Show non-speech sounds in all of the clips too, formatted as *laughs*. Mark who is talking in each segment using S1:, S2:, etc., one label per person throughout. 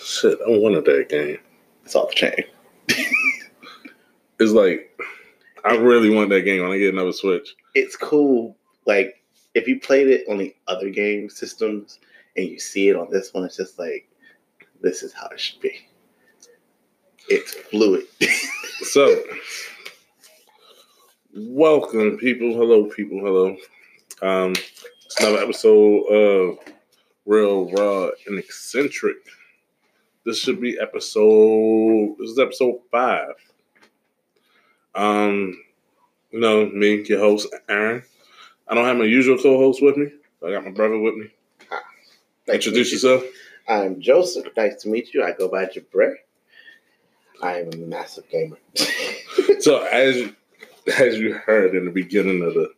S1: Shit, I wanted that game.
S2: It's off the chain.
S1: It's like I really want that game when I get another Switch.
S2: It's cool. Like if you played it on the other game systems and you see it on this one, it's just like this is how it should be. It's fluid.
S1: So, welcome, people. Hello, people. Hello. Um, it's another episode of Real Raw and Eccentric. This should be episode. This is episode five. Um, you know me, your host Aaron. I don't have my usual co-host with me. I got my brother with me.
S2: Nice to meet
S1: Introduce yourself.
S2: I'm Joseph. Nice to meet you. I go by Jabre. I am a massive gamer. *laughs*
S1: So as you- as you heard in the beginning of the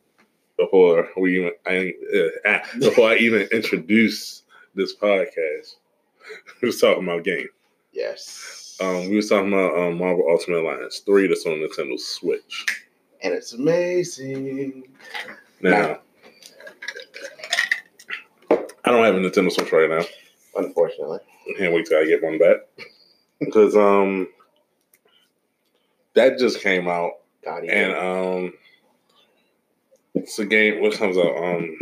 S1: before we even I, uh, ah, before I even introduced this podcast, *laughs* we was talking about game.
S2: yes.
S1: Um, we was talking about um, Marvel Ultimate Alliance three that's on Nintendo Switch.
S2: and it's amazing.
S1: Now, I don't have a Nintendo Switch right now.
S2: Unfortunately.
S1: I can't wait till I get one back *laughs* because um that just came out
S2: God, even
S1: and um it's a game what comes out um.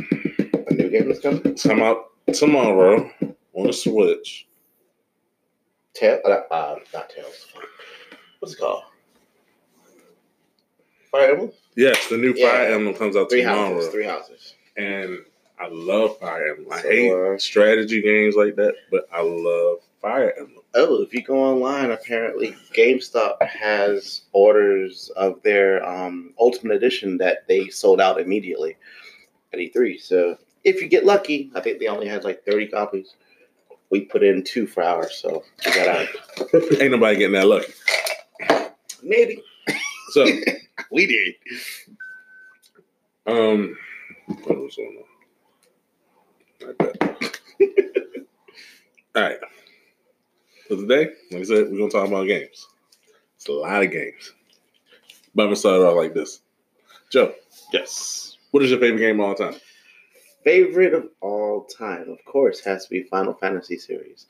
S2: a new game is coming.
S1: It's come out tomorrow on the Switch.
S2: Tail, uh, uh, not Tails. What's it called? Fire Emblem?
S1: Yes, the new Fire
S2: Yeah.
S1: Emblem comes out
S2: Three
S1: tomorrow,
S2: houses. Three houses.
S1: and I love Fire Emblem. I
S2: So,
S1: hate
S2: uh,
S1: strategy games like that, but I love Fire Emblem.
S2: Oh, if you go online, apparently GameStop has orders of their um, Ultimate Edition that they sold out immediately at E3. So if you get lucky, I think they only had like 30 copies. We put in two for ours, so we got out.
S1: Ain't nobody getting that lucky.
S2: Maybe
S1: So,
S2: we did.
S1: um, what was going on? Like that. *laughs* All right. So today, like I said, we're gonna talk about games. It's a lot of games, but I'm gonna start it off like this. Joe,
S2: Yes.
S1: what is your favorite game of all time?
S2: Favorite of all time, of course, has to be Final Fantasy series.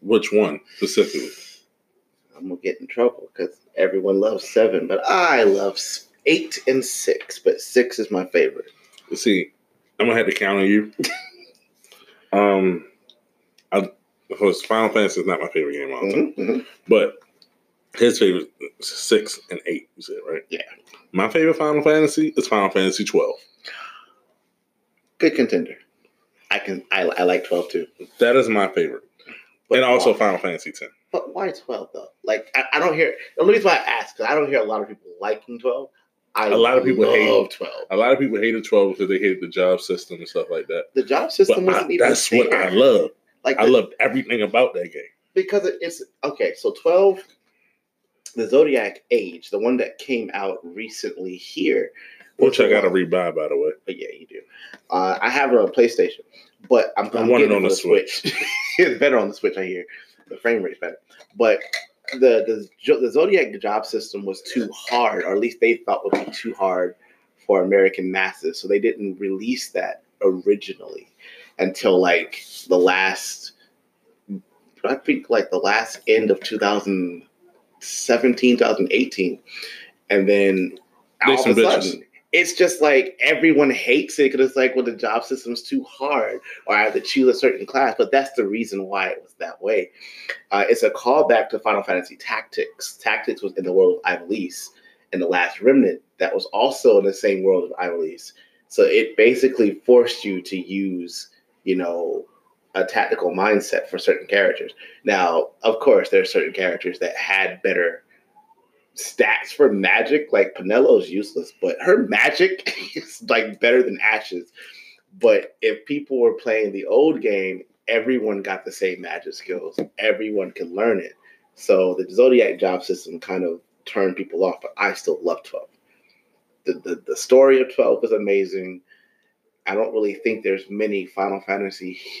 S1: Which one specifically?
S2: I'm gonna get in trouble because everyone loves seven, but I love s- eight and six. But six is my favorite.
S1: See, I'm gonna have to count on
S2: *laughs*
S1: you. um, I, of course, Final Fantasy is not my favorite game of all time,
S2: Mhm, mhm.
S1: but his favorite is six and eight. You said right?
S2: Yeah.
S1: My favorite Final Fantasy is Final Fantasy twelve.
S2: Good contender. I can. I, I like twelve too.
S1: That is my favorite,
S2: But
S1: and also
S2: why,
S1: Final Fantasy ten.
S2: but why twelve though? Like I, I don't hear. The only reason why I ask because I don't hear a lot of people liking twelve. I
S1: A lot of people
S2: love
S1: hate-
S2: twelve.
S1: A lot of people hated twelve because they hated the job system and stuff like that.
S2: The job
S1: But
S2: system
S1: I-
S2: wasn't even.
S1: that's what I
S2: fair.
S1: love.
S2: Like
S1: I
S2: the-
S1: love everything about that game.
S2: because it- it's okay. So twelve, the Zodiac Age, the one that came out recently here,
S1: Which I got to rebuy, by the way.
S2: But yeah, you do. Uh, I have it on PlayStation, but I'm,
S1: I
S2: I'm
S1: want it
S2: getting
S1: on
S2: it for
S1: the
S2: the Switch. *laughs* it's better on the Switch, I hear. The frame rate's better, but the the Jo- the Zodiac job system was too hard, or at least they thought would be too hard for American masses, so they didn't release that originally until like the last. I think like the last end of 2017, 2018, and then all
S1: They
S2: of
S1: some
S2: a
S1: bitches.
S2: sudden, it's just like everyone hates it because it's like, well, the job system's too hard, or I have to choose a certain class. But that's the reason why it was that way. Uh, it's a callback to Final Fantasy Tactics. Tactics was in the world of Ivalice and the Last Remnant, that was also in the same world of Ivalice. So it basically forced you to use, you know, a tactical mindset for certain characters. Now, of course, there are certain characters that had better stats for magic. Like Penelo's useless, but her magic *laughs* is like better than Ash's. But if people were playing the old game, everyone got the same magic skills. Everyone can learn it. So the Zodiac job system kind of turned people off, but I still love 12. The, the, the story of 12 is amazing. I don't really think there's many Final Fantasy *laughs*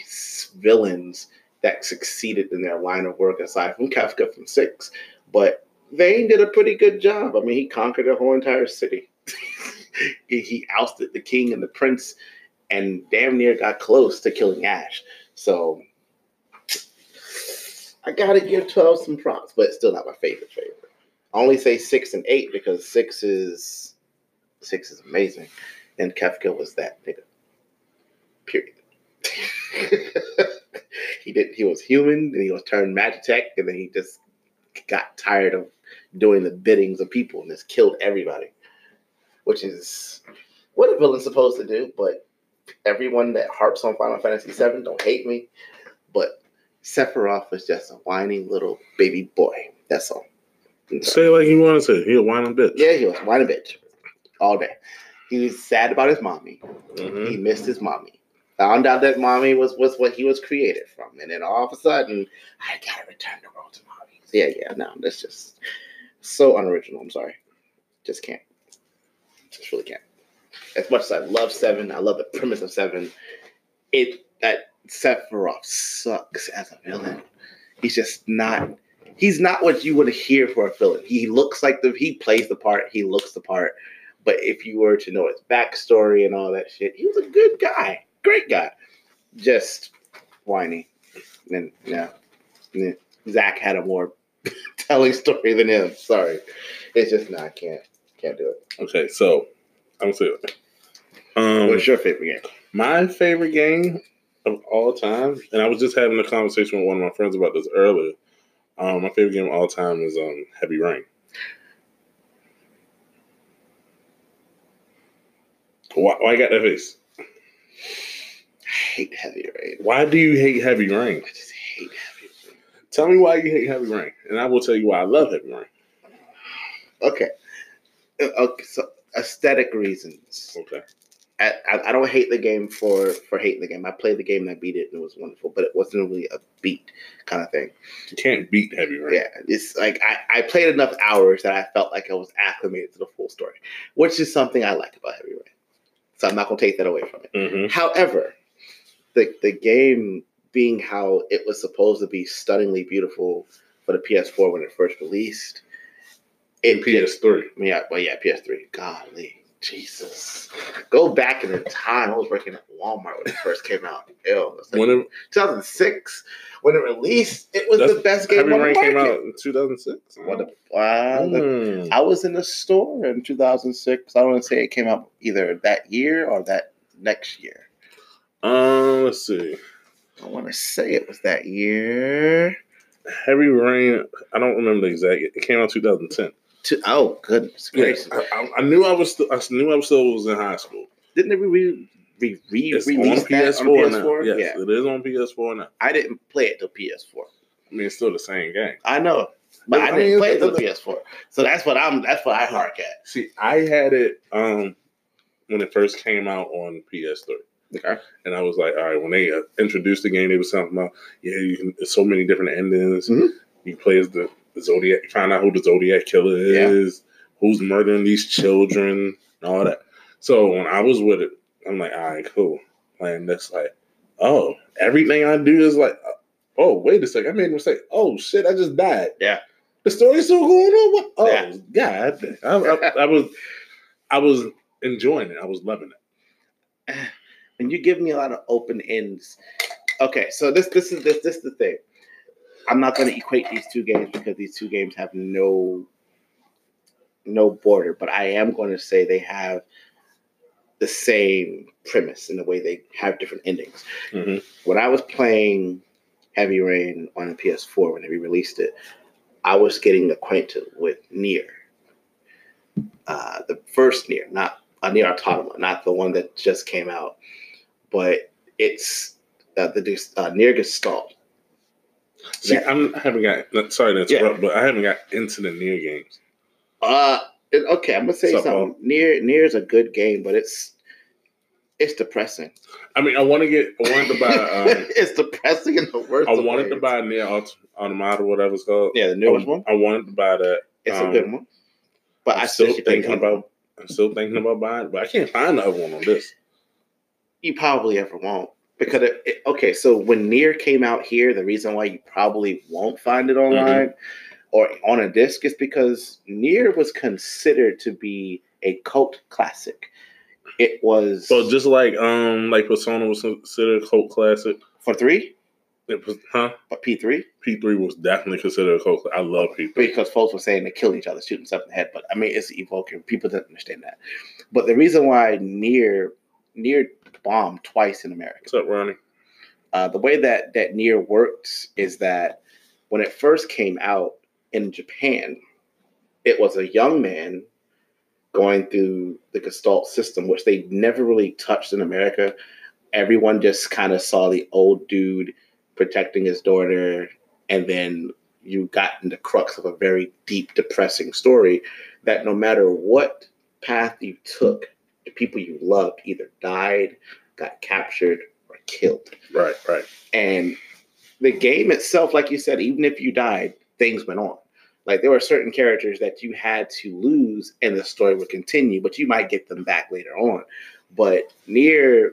S2: villains that succeeded in their line of work aside from Kafka from 6, but Vane did a pretty good job. I mean, he conquered the whole entire city. *laughs* he, he ousted the king and the prince, and damn near got close to killing Ash. So gotta give twelve some props, but it's still not my favorite favorite. I only say six and eight because six is six is amazing, and Kafka was that nigga. Period. *laughs* he did. He was human, and he was turned magitech, and then he just got tired of doing the biddings of people and just killed everybody, which is what a villain's supposed to do. But everyone that harps on Final Fantasy VII, don't hate me, but Sephiroth was just a whiny little baby boy. That's all.
S1: Say it like you want to say. He'll whine a bitch.
S2: Yeah, he was whining bitch all day. He was sad about his mommy.
S1: Mhm.
S2: He missed his mommy. Found out that mommy was was what he was created from, and then all of a sudden, I gotta return the world to mommy. So yeah, yeah, no, that's just so unoriginal. I'm sorry, just can't, just really can't. As much as I love Seven, I love the premise of Seven. It that Sephiroth sucks as a villain. He's just not. He's not what you would hear for a villain. He looks like the he plays the part. He looks the part. But if you were to know his backstory and all that shit, he was a good guy, great guy, just whiny. And yeah, yeah. Zach had a more *laughs* telling story than him. Sorry, it's just not. I can't can't do it.
S1: Okay, so I'm see. Um,
S2: What's your favorite game?
S1: My favorite game of all time, and I was just having a conversation with one of my friends about this earlier. Um, my favorite game of all time is um, Heavy Rain. Why, why you got that face?
S2: I hate Heavy Rain.
S1: Why do you hate Heavy Rain?
S2: I just hate Heavy Rain.
S1: Tell me why you hate Heavy Rain, and I will tell you why I love Heavy Rain.
S2: Okay, Uh, okay. So aesthetic reasons.
S1: Okay.
S2: I, I- I don't hate the game for for hating the game. I played the game and I beat it and it was wonderful, but it wasn't really a beat kind of thing.
S1: You can't beat Heavy Rain.
S2: Yeah, it's like I, I played enough hours that I felt like I was acclimated to the full story, which is something I like about Heavy Rain. So I'm not gonna take that away from it.
S1: hmm
S2: However, the the game being how it was supposed to be stunningly beautiful for the PS4 when it first released, it just-
S1: PS3.
S2: yeah, well, yeah, PS3. Golly, Jesus. Go back in the time. I was working at Walmart when it first came out. Ew, it's like
S1: When
S2: 2006 when it released. It was
S1: That's-
S2: the best
S1: it,
S2: game
S1: Heavy
S2: on the
S1: Rain
S2: market.
S1: came out in 2006.
S2: What the- wow, look-
S1: Mm.
S2: I was in the store in 2006. I don't want to say it came out either that year or that next year.
S1: Um, let's see.
S2: I want to say it was that year.
S1: Heavy Rain. I don't remember the exact. It came out 2010.
S2: To, oh, goodness gracious.
S1: I, I, I knew I was. Still, I knew I was still was in high school.
S2: Didn't they re re re
S1: It's
S2: release
S1: on
S2: that
S1: PS4,
S2: on PS4?
S1: now. Yes,
S2: Yeah.
S1: it is on PS4 now.
S2: I didn't play it till PS4.
S1: I mean, it's still the same game.
S2: I know, but
S1: Yeah,
S2: I
S1: I
S2: didn't
S1: mean,
S2: play it on
S1: it's-
S2: the PS4, so that's what I'm. That's what I hark at.
S1: See, I had it um when it first came out on PS3.
S2: Okay.
S1: And I was like, all right, when they uh, introduced the game, they were talking about, yeah, you can, there's so many different endings.
S2: Mhm.
S1: You play as the, the Zodiac, you find out who the Zodiac killer
S2: Yeah.
S1: is, who's murdering these children, and all that. So when I was with it, I'm like, all right, cool. Playing this, like, oh, everything I do is like, oh, wait a second, I made a mistake. Oh, shit, I just died.
S2: Yeah.
S1: The story's still going on? What? Oh,
S2: Yeah.
S1: God. damn. I, I, I was, I was enjoying it. I was loving it.
S2: And you give me a lot of open ends. Okay, so this this is this this is the thing. I'm not going to equate these two games because these two games have no no border, but I am going to say they have the same premise in the way they have different endings.
S1: Mhm.
S2: When I was playing Heavy Rain on the PS4 when they released it, I was getting acquainted with Near, uh, the first Near, not uh, Near Automata, not the one that just came out, but it's uh, the uh, Near Gestalt.
S1: See,
S2: Yeah.
S1: I'm, I haven't got. Sorry to
S2: Yeah.
S1: interrupt, but I haven't got into the near games.
S2: Uh, it- okay, I'm gonna say
S1: Sup,
S2: something. Near Near is a good game, but it's it's depressing.
S1: I mean, I want to get. I wanted to
S2: *laughs*
S1: buy. Um,
S2: it's depressing in the worst.
S1: I
S2: of
S1: wanted to
S2: ways.
S1: buy near Aut- automata, whatever it's called.
S2: yeah the
S1: I,
S2: newest one.
S1: I wanted to buy that.
S2: It's a
S1: um,
S2: good one, but
S1: I'm
S2: I
S1: still
S2: still think
S1: thinking about. I'm still thinking about buying, it, but I can't find the other one on this.
S2: you probably ever won't because it, it- okay. So when Near came out here, the reason why you probably won't find it online or on a disc is because Near was considered to be a cult classic. It was
S1: So just like um, like Persona was considered a cult classic.
S2: for three.
S1: It was, huh?
S2: But P three
S1: P three was definitely considered a cult. I love P three.
S2: because folks were saying they kill each other, shooting stuff in the head. But I mean, it's evoking. People didn't understand that. But the reason why near near bombed twice in America.
S1: What's up, Ronnie?
S2: Uh, the way that that near works is that when it first came out in Japan, it was a young man going through the Gestalt system, which they never really touched in America. Everyone just kind of saw the old dude protecting his daughter, and then you got in the crux of a very deep, depressing story that no matter what path you took, the people you loved either died, got captured, or killed
S1: Right, right.
S2: and the game itself like you said even if you died things went on like there were certain characters that you had to lose and the story would continue but you might get them back later on but near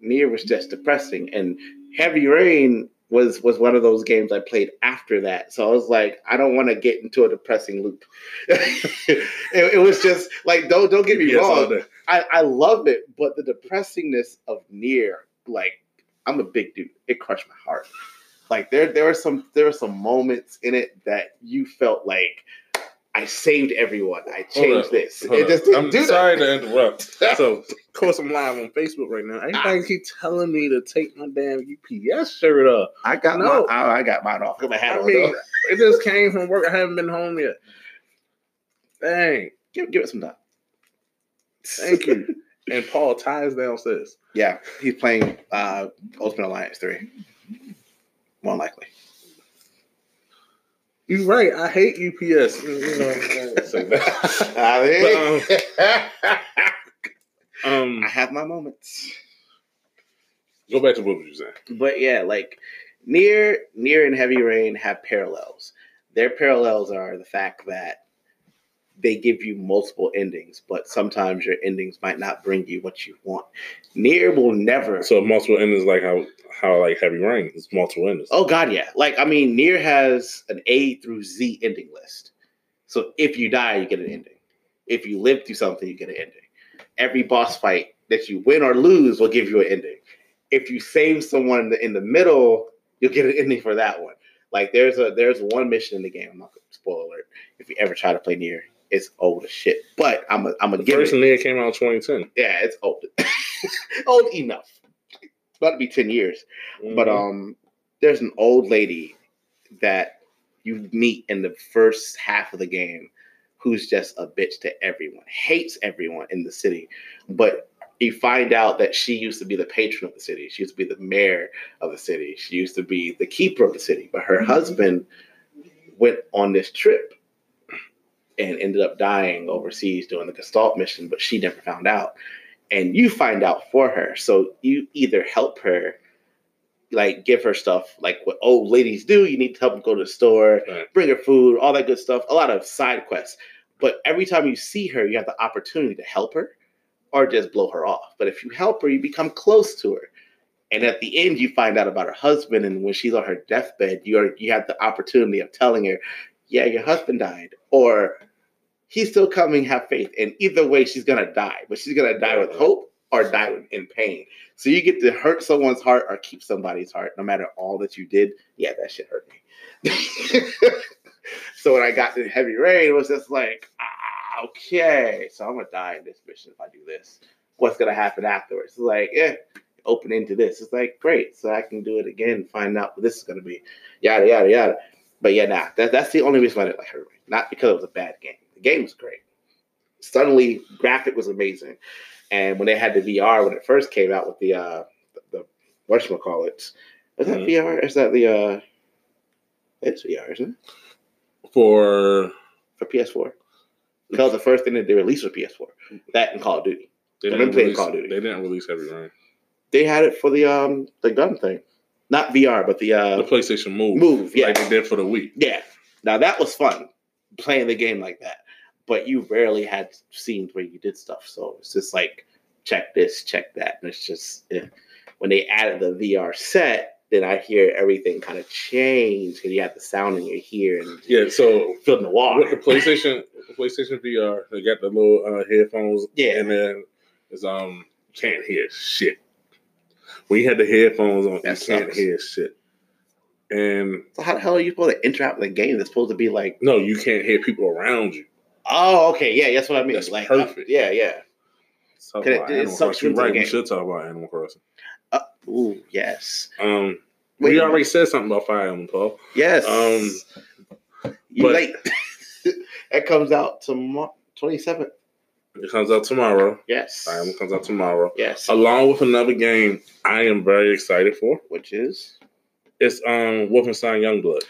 S2: near was just depressing and heavy rain was was one of those games i played after that so i was like i don't want to get into a depressing loop *laughs* it, it was just like don't don't get me
S1: Yes, all
S2: wrong
S1: day.
S2: I, I love it, but the depressingness of near, like I'm a big dude. It crushed my heart. Like there there were some there were some moments in it that you felt like I saved everyone. I
S1: Hold
S2: changed
S1: up,
S2: this.
S1: Hold
S2: It
S1: up.
S2: just didn't
S1: I'm
S2: do that.
S1: sorry to
S2: *laughs*
S1: interrupt. So, of course, I'm live on Facebook right now. Everybody keep telling me to take my damn UPS shirt off.
S2: I got
S1: No.
S2: mine. I, I got mine off. Got my hat
S1: I
S2: on.
S1: mean,
S2: though.
S1: it just came from work. I haven't been home yet. Dang,
S2: Give, give it some time.
S1: thank
S2: *laughs*
S1: you. and Paul ties downstairs.
S2: Yeah, he's playing uh Ultimate Alliance three. More likely. *laughs*
S1: You're right. I hate UPS. You know, I won't say that.
S2: *laughs* I mean-
S1: Um,
S2: *laughs* I have my moments.
S1: go back to what you were saying.
S2: but yeah, like near near and heavy rain have parallels. Their parallels are the fact that they give you multiple endings, but sometimes your endings might not bring you what you want. Near will never.
S1: So multiple endings, like how how like heavy rain is multiple endings.
S2: oh God, yeah. Like I mean, near has an A through Z ending list. So if you die, you get an ending. If you live through something, you get an ending. Every boss fight that you win or lose will give you an ending. If you save someone in the, in the middle, you'll get an ending for that one. Like there's a there's one mission in the game. I'm not gonna spoil alert. If you ever try to play near, it's old as shit. But I'm a I'm a
S1: the
S2: give it.
S1: first ending came out in 2010.
S2: Yeah, it's old. *laughs* old enough. About to be ten years. But
S1: Mm-hmm.
S2: um, there's an old lady that you meet in the first half of the game who's just a bitch to everyone, hates everyone in the city. But you find out that she used to be the patron of the city. She used to be the mayor of the city. She used to be the keeper of the city. But her husband went on this trip and ended up dying overseas doing the Gestalt mission, but she never found out. And you find out for her. So you either help her like give her stuff like what old ladies do. You need to help them go to the store,
S1: Right.
S2: bring her food, all that good stuff. A lot of side quests. But every time you see her, you have the opportunity to help her or just blow her off. But if you help her, you become close to her. And at the end, you find out about her husband. And when she's on her deathbed, you are you have the opportunity of telling her, "Yeah, your husband died," or "He's still coming. Have faith." And either way, she's gonna die. But she's gonna die with hope or die with- in pain. So you get to hurt someone's heart or keep somebody's heart, no matter all that you did. Yeah, that shit hurt me. *laughs* so when I got to heavy rain, it was just like, ah, okay, so I'm gonna die in this mission if I do this. What's gonna happen afterwards? It's like, yeah, open into this. It's like, great, so I can do it again, find out what this is gonna be. Yada yada yada. But yeah, nah, that, that's the only reason why I didn't like heavy rain. Not because it was a bad game. The game was great. Suddenly, graphic was amazing. And when they had the VR when it first came out with the uh the, the whatchamacallit. Is that
S1: Mhm.
S2: VR? Is that the uh it's VR, isn't it?
S1: for
S2: For PS4. Because the first thing that they released was PS4. That and Call of Duty.
S1: they
S2: I've
S1: didn't,
S2: been playing
S1: release,
S2: Call of Duty.
S1: they didn't release heavy rain.
S2: They had it for the um the gun thing. Not VR, but the
S1: The
S2: uh
S1: PlayStation Move,
S2: move, yeah.
S1: like they did for the week.
S2: Yeah. Now that was fun playing the game like that. But you rarely had scenes where you did stuff. So it's just like check this, check that. And it's just eh. when they added the VR set, then I hear everything kind of change because you have the sound in your ear and
S1: Yeah, so
S2: feeling the wall.
S1: with the PlayStation, the PlayStation VR, they got the little uh, headphones.
S2: *laughs* Yeah.
S1: and then it's um can't hear shit. When you had the headphones on,
S2: That
S1: you can't
S2: sucks.
S1: hear shit. And
S2: So how the hell are you supposed to interact with a game that's supposed to be like,
S1: no, you can't hit people around you.
S2: oh, okay, yeah, that's what I mean.
S1: That's
S2: like,
S1: perfect.
S2: yeah, yeah.
S1: Let's talk
S2: Can it-
S1: about
S2: it
S1: Animal
S2: sucks
S1: Crossing.
S2: into
S1: You're
S2: the
S1: right. We
S2: game.
S1: should talk about Animal Crossing.
S2: Ooh, yes,
S1: Um,
S2: Wait
S1: we
S2: a
S1: already said something about Fire Emblem, Paul.
S2: yes.
S1: Um,
S2: you
S1: but-
S2: late. *laughs* that comes out tomorrow, twenty seventh.
S1: It comes out tomorrow.
S2: Yes.
S1: Fire Emblem comes out tomorrow,
S2: Yes.
S1: along with another game I am very excited for.
S2: Which is,
S1: It's um Wolfenstein Youngblood.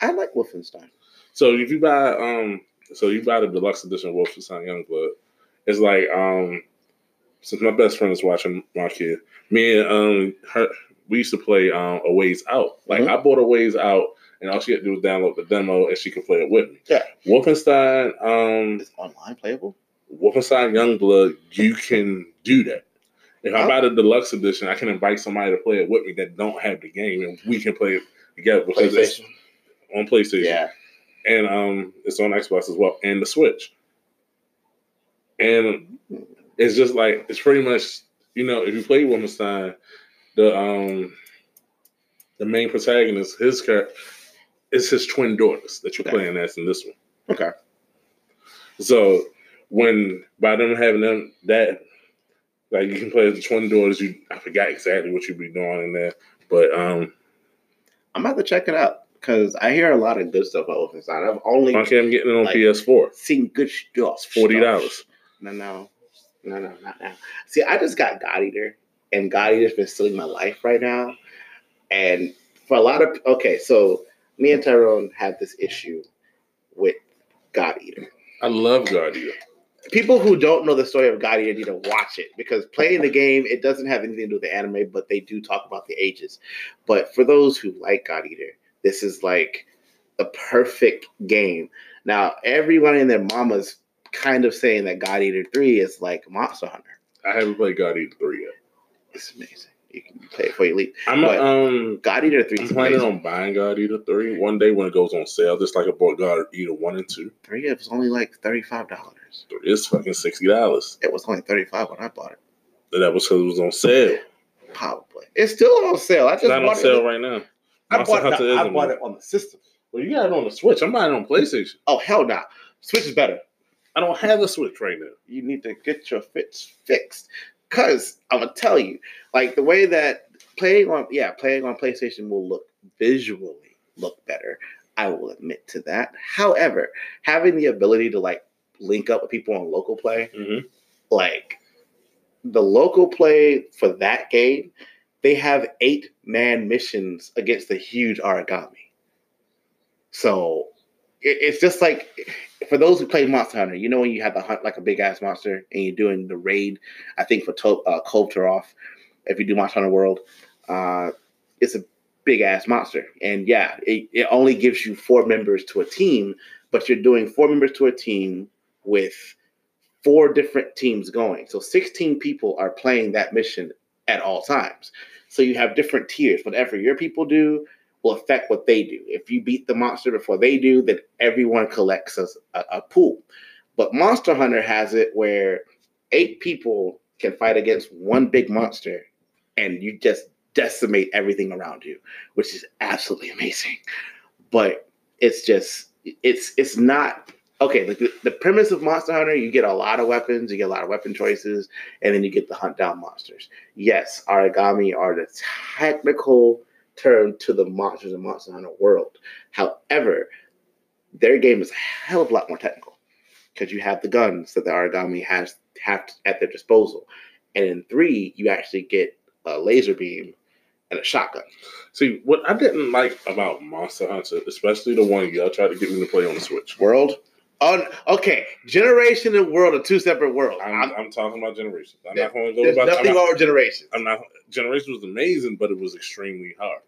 S2: I like Wolfenstein.
S1: So if you buy um so you buy the deluxe edition of Wolfenstein Youngblood, it's like um since my best friend is watching my kid, me and um her we used to play um a ways out. Like
S2: Mhm.
S1: I bought a ways out and all she had to do was download the demo and she could play it with me.
S2: Yeah.
S1: Wolfenstein um
S2: It's online playable.
S1: Wolfenstein Youngblood, you can do that. If I
S2: Oh.
S1: buy the deluxe edition, I can invite somebody to play it with me that don't have the game and we can play it together because it's
S2: PlayStation.
S1: on PlayStation
S2: Yeah.
S1: and um, it's on Xbox as well, and the Switch. And it's just like it's pretty much you know if you play Wolfenstein, the um, the main protagonist, his character, is his twin daughters that you're
S2: Okay.
S1: playing as in this one.
S2: Okay.
S1: So when by them having them that like you can play as the twin daughters, you I forgot exactly what you'd be doing in there, but um,
S2: I'm about to check it out because I hear a lot of good stuff about Wolfenstein. I've only
S1: okay, I'm getting it on
S2: Like-
S1: PS4.
S2: seen good stuff.
S1: It's forty dollars.
S2: No, no, no, no, not now. See, I just got God Eater, and God Eater's been stealing my life right now. And for a lot of okay, so me and Tyrone have this issue with God Eater.
S1: I love Guardian.
S2: People who don't know the story of God Eater need to watch it because playing the game, it doesn't have anything to do with the anime, but they do talk about the ages. But for those who like God Eater, this is like the perfect game. Now, everyone and their mama's kind of saying that God Eater 3 is like Monster Hunter.
S1: I haven't played God Eater three yet.
S2: It's amazing. You can play it before you leave.
S1: I'm
S2: But-
S1: um.
S2: God Eater 3
S1: I'm
S2: is
S1: planning
S2: amazing.
S1: on buying God Eater three one day when it goes on sale. Just like I bought God Eater one and two.
S2: 3 it was only like $35.
S1: It's fucking sixty dollars.
S2: It was only 35 when I bought it.
S1: That was because it was on sale.
S2: Probably. It's still on sale. I
S1: It's
S2: just
S1: not
S2: bought
S1: on
S2: it.
S1: sale right now.
S2: I,
S1: Monster
S2: bought it,
S1: Hunter
S2: I
S1: isn't on-
S2: bought it on the system.
S1: Well, you got it on the Switch. I'm buying it on PlayStation.
S2: Oh, hell no. Switch is better.
S1: I don't have a Switch right now.
S2: you need to get your fits fixed. Cause I'm gonna tell you, like the way that playing on yeah, playing on PlayStation will look visually look better. I will admit to that. However, having the ability to like link up with people on local play,
S1: Mhm.
S2: like the local play for that game, they have eight man missions against the huge origami. So it, it's just like for those who play Monster Hunter, you know when you have to hunt like a big ass monster and you're doing the raid. I think for to- uh, Cove Taroff, if you do Monster Hunter World, uh, it's a big ass monster, and yeah, it, it only gives you four members to a team, but you're doing four members to a team with four different teams going. So 16 people are playing that mission at all times. So you have different tiers. Whatever your people do will affect what they do. If you beat the monster before they do, then everyone collects a, a, a pool. But Monster Hunter has it where eight people can fight against one big monster and you just decimate everything around you, which is absolutely amazing. But it's just it's it's not okay, like the, the premise of Monster Hunter, you get a lot of weapons, you get a lot of weapon choices, and then you get to hunt down monsters. Yes, origami are the technical term to the monsters in Monster Hunter world. However, their game is a hell of a lot more technical because you have the guns that the origami has have at their disposal, and in three, you actually get a laser beam and a shotgun.
S1: See what I didn't like about Monster Hunter, especially the one y'all tried to get me to play on the Switch.
S2: World. On okay, generation and world are two separate worlds. I'm-
S1: I'm, I'm talking about generations. I'm not going to go
S2: there's
S1: about. I'm
S2: nothing
S1: not-
S2: wrong with generations.
S1: I'm not. Generation was amazing, but it was extremely hard.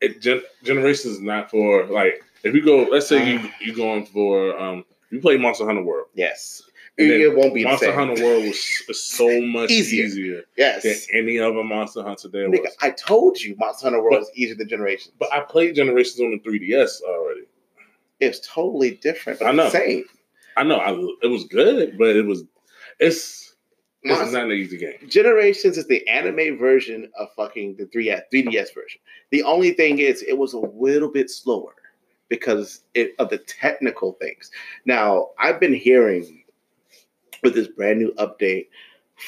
S1: It gen, Generations is not for like if you go. Let's say
S2: Um,
S1: you you going for um you play Monster Hunter World.
S2: Yes.
S1: And then
S2: It, it won't be the
S1: Monster
S2: same.
S1: Hunter World was, is
S2: *laughs*
S1: so much
S2: Easier.
S1: easier.
S2: yes.
S1: than any other Monster Hunter there
S2: Nigga,
S1: was.
S2: I told you Monster Hunter World
S1: But-
S2: is easier than Generations.
S1: But I played Generations on the 3DS already.
S2: it's totally different, but
S1: I
S2: it's
S1: know.
S2: the same.
S1: I know I, it was good, but it was it's This is not an easy game.
S2: Generations is the anime version of fucking the 3 3DS version. The only thing is, it was a little bit slower because it, of the technical things. Now, I've been hearing with this brand new update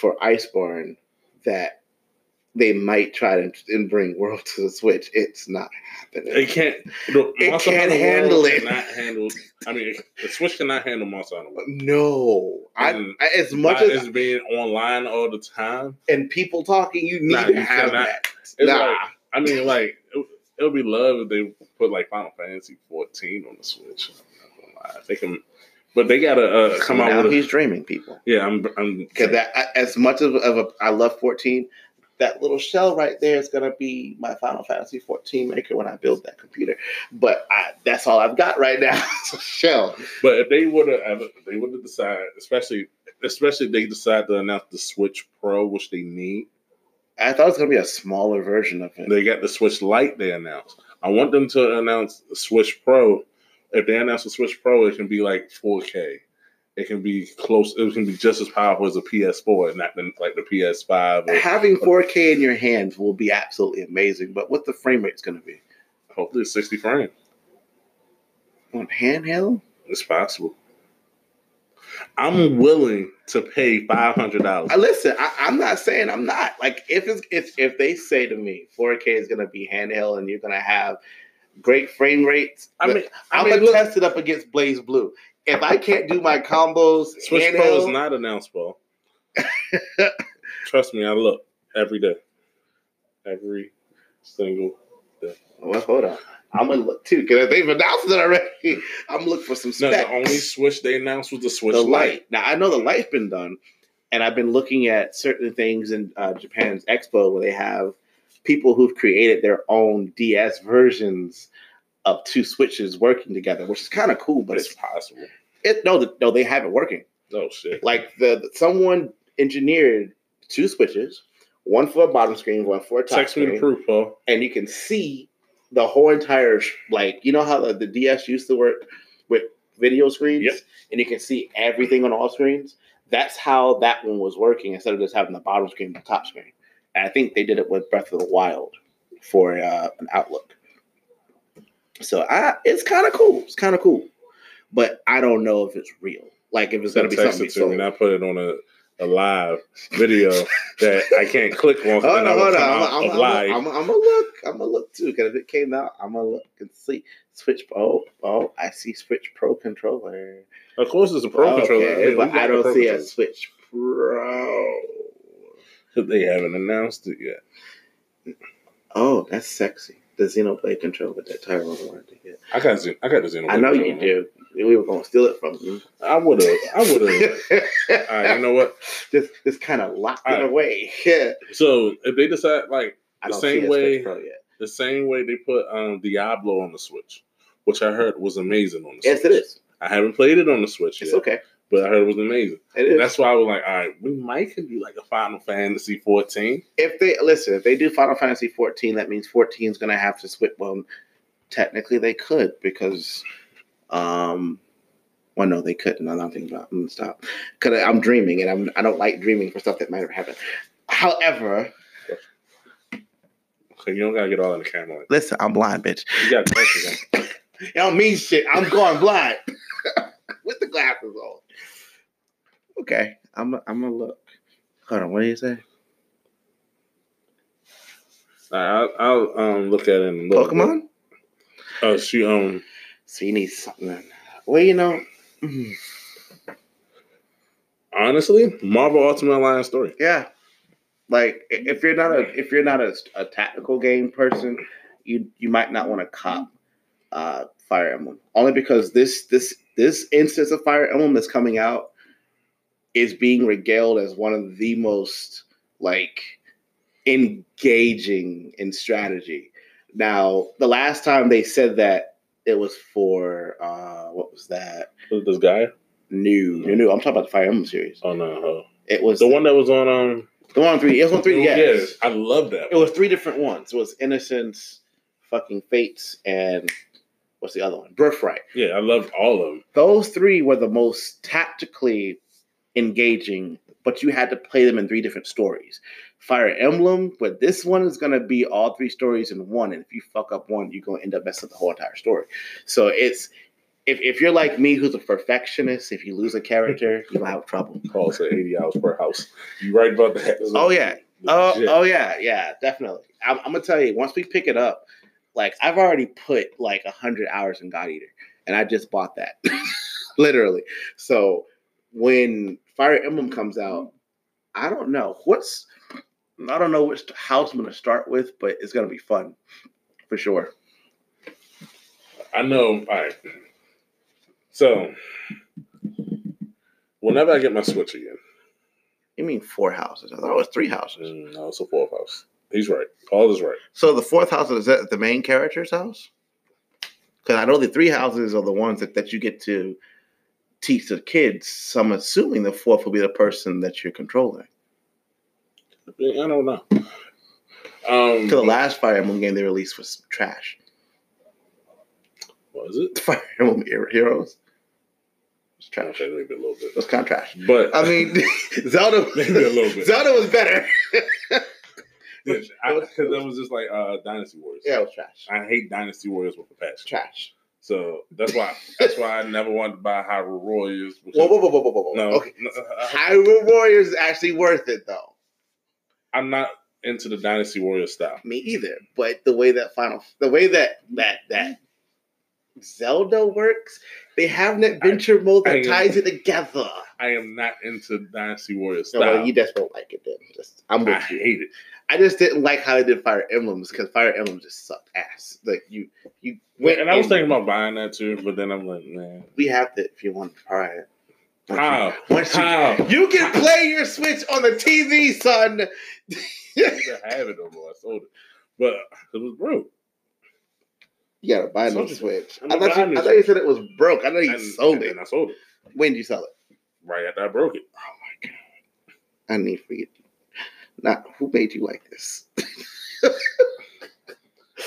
S2: for Iceborne that they might try to and bring World *laughs* to the Switch. It's not happening.
S1: It can't. The
S2: It
S1: Monster
S2: can't
S1: Hunter
S2: handle
S1: World
S2: it.
S1: Cannot handle. I mean, the Switch cannot handle Monster Hunter. World.
S2: No, I,
S1: Mm.
S2: I- as much
S1: Not
S2: as
S1: it's being online all the time.
S2: and people talking, you need
S1: Nah,
S2: to
S1: you
S2: have
S1: cannot.
S2: that.
S1: It's
S2: nah,
S1: like- I mean, like it, it would be love if they put like Final Fantasy 14 on the Switch. I'm not gonna lie. They can, but they gotta uh, come
S2: now
S1: out with. A,
S2: he's dreaming, people.
S1: yeah, I'm. I'm
S2: Because that I- as much of, of a I love fourteen, that little shell right there is gonna be my Final Fantasy fourteen maker when I build that computer. But I, that's all I've got right now. *laughs* is a shell.
S1: But if they would have, they would have decided, especially, especially if they decide to announce the Switch Pro, which they need.
S2: I thought it was gonna be a smaller version of it.
S1: They got the Switch Lite. They announced. I want them to announce the Switch Pro. If they announce the Switch Pro, it can be like 4K. It can be close. It can be just as powerful as a PS4, and not the, like the PS5. Or,
S2: Having 4K in your hands will be absolutely amazing, but what the frame rate's gonna be
S1: hopefully, it's 60 frames.
S2: on handheld?
S1: It's possible. I'm willing to pay five hundred dollars.
S2: I, listen, I, I'm not saying I'm not. Like if it's if if they say to me 4K is gonna be handheld and you're gonna have great frame rates,
S1: I mean, I
S2: I'm
S1: mean,
S2: gonna
S1: look,
S2: test it up against Blaze Blue. If I can't do my combos,
S1: Switch Pro is not announced, Paul. Trust me, I look every day, every single.
S2: Well, hold on. I'm gonna look too because they've announced it already. *laughs* I'm looking for some
S1: No,
S2: specs.
S1: the only Switch they announced was the Switch
S2: the
S1: Lite.
S2: light. Now I know the light's been done, and I've been looking at certain things in uh, Japan's expo where they have people who've created their own DS versions of two switches working together, which is kind of cool. But it's
S1: possible.
S2: it no th- no they have it working.
S1: Oh shit!
S2: Like the, the- someone engineered two switches, one for a bottom screen, one for a top
S1: Text me
S2: screen
S1: the proof, Paul.
S2: and you can see the whole entire sh- like you know how the, the DS used to work with video screens
S1: Yep.
S2: and you can see everything on all screens. That's how that one was working instead of just having the bottom screen and the top screen. And I think they did it with Breath of the Wild for uh, an Outlook. So I, it's kind of cool. It's kind of cool, but I don't know if it's real. Like if it's gonna be
S1: Text
S2: something.
S1: it to
S2: we
S1: me,
S2: sold.
S1: and I put it on a, a live
S2: *laughs*
S1: video that I can't click on.
S2: Hold
S1: Hold
S2: on, hold on.
S1: I'm,
S2: I'm, I'm,
S1: live.
S2: I'm, I'm, I'm gonna look. I'm gonna look too because if it came out, I'm gonna look and see. Switch Pro. Oh, I see Switch Pro controller. Oh,
S1: of course, it's a pro
S2: Okay,
S1: controller, Yeah, we
S2: but
S1: got
S2: I
S1: the
S2: don't
S1: Pro
S2: see a
S1: controller.
S2: Switch Pro.
S1: They haven't announced it yet.
S2: Oh, that's sexy. The Xenoblade controller that Tyrone wanted to get.
S1: I got Zen- I got the Xenoblade
S2: I know you
S1: controller.
S2: do. We were gonna steal it from you.
S1: I would have. I would have.
S2: *laughs*
S1: All right, you know what?
S2: just, just kind of locked
S1: All
S2: it
S1: right.
S2: away. *laughs* Yeah.
S1: So if they decide like
S2: I
S1: The
S2: don't
S1: same
S2: see a
S1: way-
S2: Switch Pro yet.
S1: the same way they put um Diablo on the Switch, which I heard was amazing on the
S2: Yes,
S1: Switch.
S2: it is.
S1: I haven't played it on the Switch
S2: It's
S1: yet,
S2: okay.
S1: but I heard it was amazing.
S2: It is.
S1: That's why I was like, all right, we might could do like a Final Fantasy 14.
S2: if they listen, if they do Final Fantasy 14, that means 14 is going to have to switch. Well, technically they could because, um, well, no, they couldn't. I'm not thinking about. I'm gonna stop because I'm dreaming and I'm I don't like dreaming for stuff that might have happened. However,
S1: Okay, you don't gotta get all in the camera. Like,
S2: listen, I'm blind, bitch.
S1: you got questions.
S2: *laughs*
S1: on.
S2: It don't mean shit. I'm going blind *laughs* with the glasses on. Okay, I'm i I'm gonna look. Hold on, what do you say?
S1: All right, I'll, I'll um look at it in a little bit.
S2: Pokemon.
S1: Oh, she um.
S2: So you need something. Well, you know. mm,
S1: Honestly, Marvel Ultimate Alliance story.
S2: Yeah, like i- if you're not
S1: Mm-hmm.
S2: a if you're not a, a tactical game person, you you might not want to
S1: Mm-hmm.
S2: cop uh, Fire Emblem only because this this this instance of Fire Emblem that's coming out is being regaled as one of the most like engaging in strategy. Now, the last time they said that it was for uh, what was that?
S1: Who's This guy.
S2: New, new, new. I'm talking about the Fire Emblem series.
S1: Oh no,
S2: It was
S1: the one that was on um.
S2: the one on three. It was on three.
S1: Yeah,
S2: Yes.
S1: I love that.
S2: It was three different ones. It was Innocence, fucking Fates, and what's the other one? Birthright.
S1: Yeah, I love all of them.
S2: Those three were the most tactically engaging, but you had to play them in three different stories. Fire Emblem, but this one is going to be all three stories in one. And if you fuck up one, you're going to end up messing up the whole entire story. So it's if, if you're like me, who's a perfectionist, if you lose a character, you might have trouble.
S1: Paul said 80 hours per house. You right about that.
S2: *laughs* Oh yeah, oh
S1: Legit.
S2: oh yeah, yeah, definitely. I'm, I'm gonna tell you. Once we pick it up, like I've already put like a hundred hours in God Eater, and I just bought that, *laughs* literally. So when Fire Emblem comes out, I don't know what's, I don't know which house I'm gonna start with, but it's gonna be fun for sure. uh,
S1: I know. All right. So, whenever I get my Switch again,
S2: You mean four houses? I thought it was three houses.
S1: mm, no, it's a fourth house. He's right. Paul is right.
S2: So the fourth house is that the main character's house? Because I know the three houses are the ones that, that you get to teach the kids. So I'm assuming the fourth will be the person that you're controlling.
S1: I don't know.
S2: To the
S1: Um,
S2: last Fire Emblem game they released was trash. *laughs*
S1: what is it?
S2: Fire Emblem Hero- Heroes was trash.
S1: Okay,
S2: It
S1: maybe a little bit.
S2: was kind of trash.
S1: But
S2: I mean, *laughs* Zelda.
S1: Maybe a little bit.
S2: Zelda was better.
S1: *laughs*
S2: *laughs*
S1: Yeah, I, 'cause that was just like uh, Dynasty Warriors.
S2: yeah, it was trash.
S1: I hate Dynasty Warriors with a passion.
S2: Trash.
S1: So that's why that's why I never wanted to buy Hyrule Warriors.
S2: Whoa, whoa, whoa, whoa, whoa, whoa.
S1: No,
S2: Okay.
S1: no, uh, I-
S2: Hyrule Warriors is actually worth it though.
S1: I'm not into the Dynasty Warriors style.
S2: me either. But the way that Final, the way that that that Zelda works, they have an adventure mode
S1: I
S2: that
S1: am-
S2: ties it together.
S1: I am not into Dynasty Warriors
S2: No,
S1: style.
S2: well, you just don't like it then. Just, I'm
S1: I
S2: with you.
S1: hate it.
S2: I just didn't like how they did Fire Emblems because Fire Emblem just sucked ass. Like you, you went
S1: and I was
S2: in-
S1: thinking about buying that too, but then I'm like, man,
S2: we have to if you want to try it. Once you-
S1: how?
S2: Once you,
S1: How?
S2: you can play your Switch on the TV, son.
S1: I didn't have it no more. I sold it, but it was broke.
S2: You gotta buy another
S1: Sold it.
S2: Switch.
S1: I'm
S2: I
S1: not
S2: thought,
S1: buying
S2: you, I
S1: this
S2: thought you
S1: one.
S2: said it was broke. I know you
S1: And-
S2: sold
S1: and
S2: it.
S1: then I sold it
S2: When did you sell it?
S1: right after I broke it.
S2: I need for you. Not who made you like this.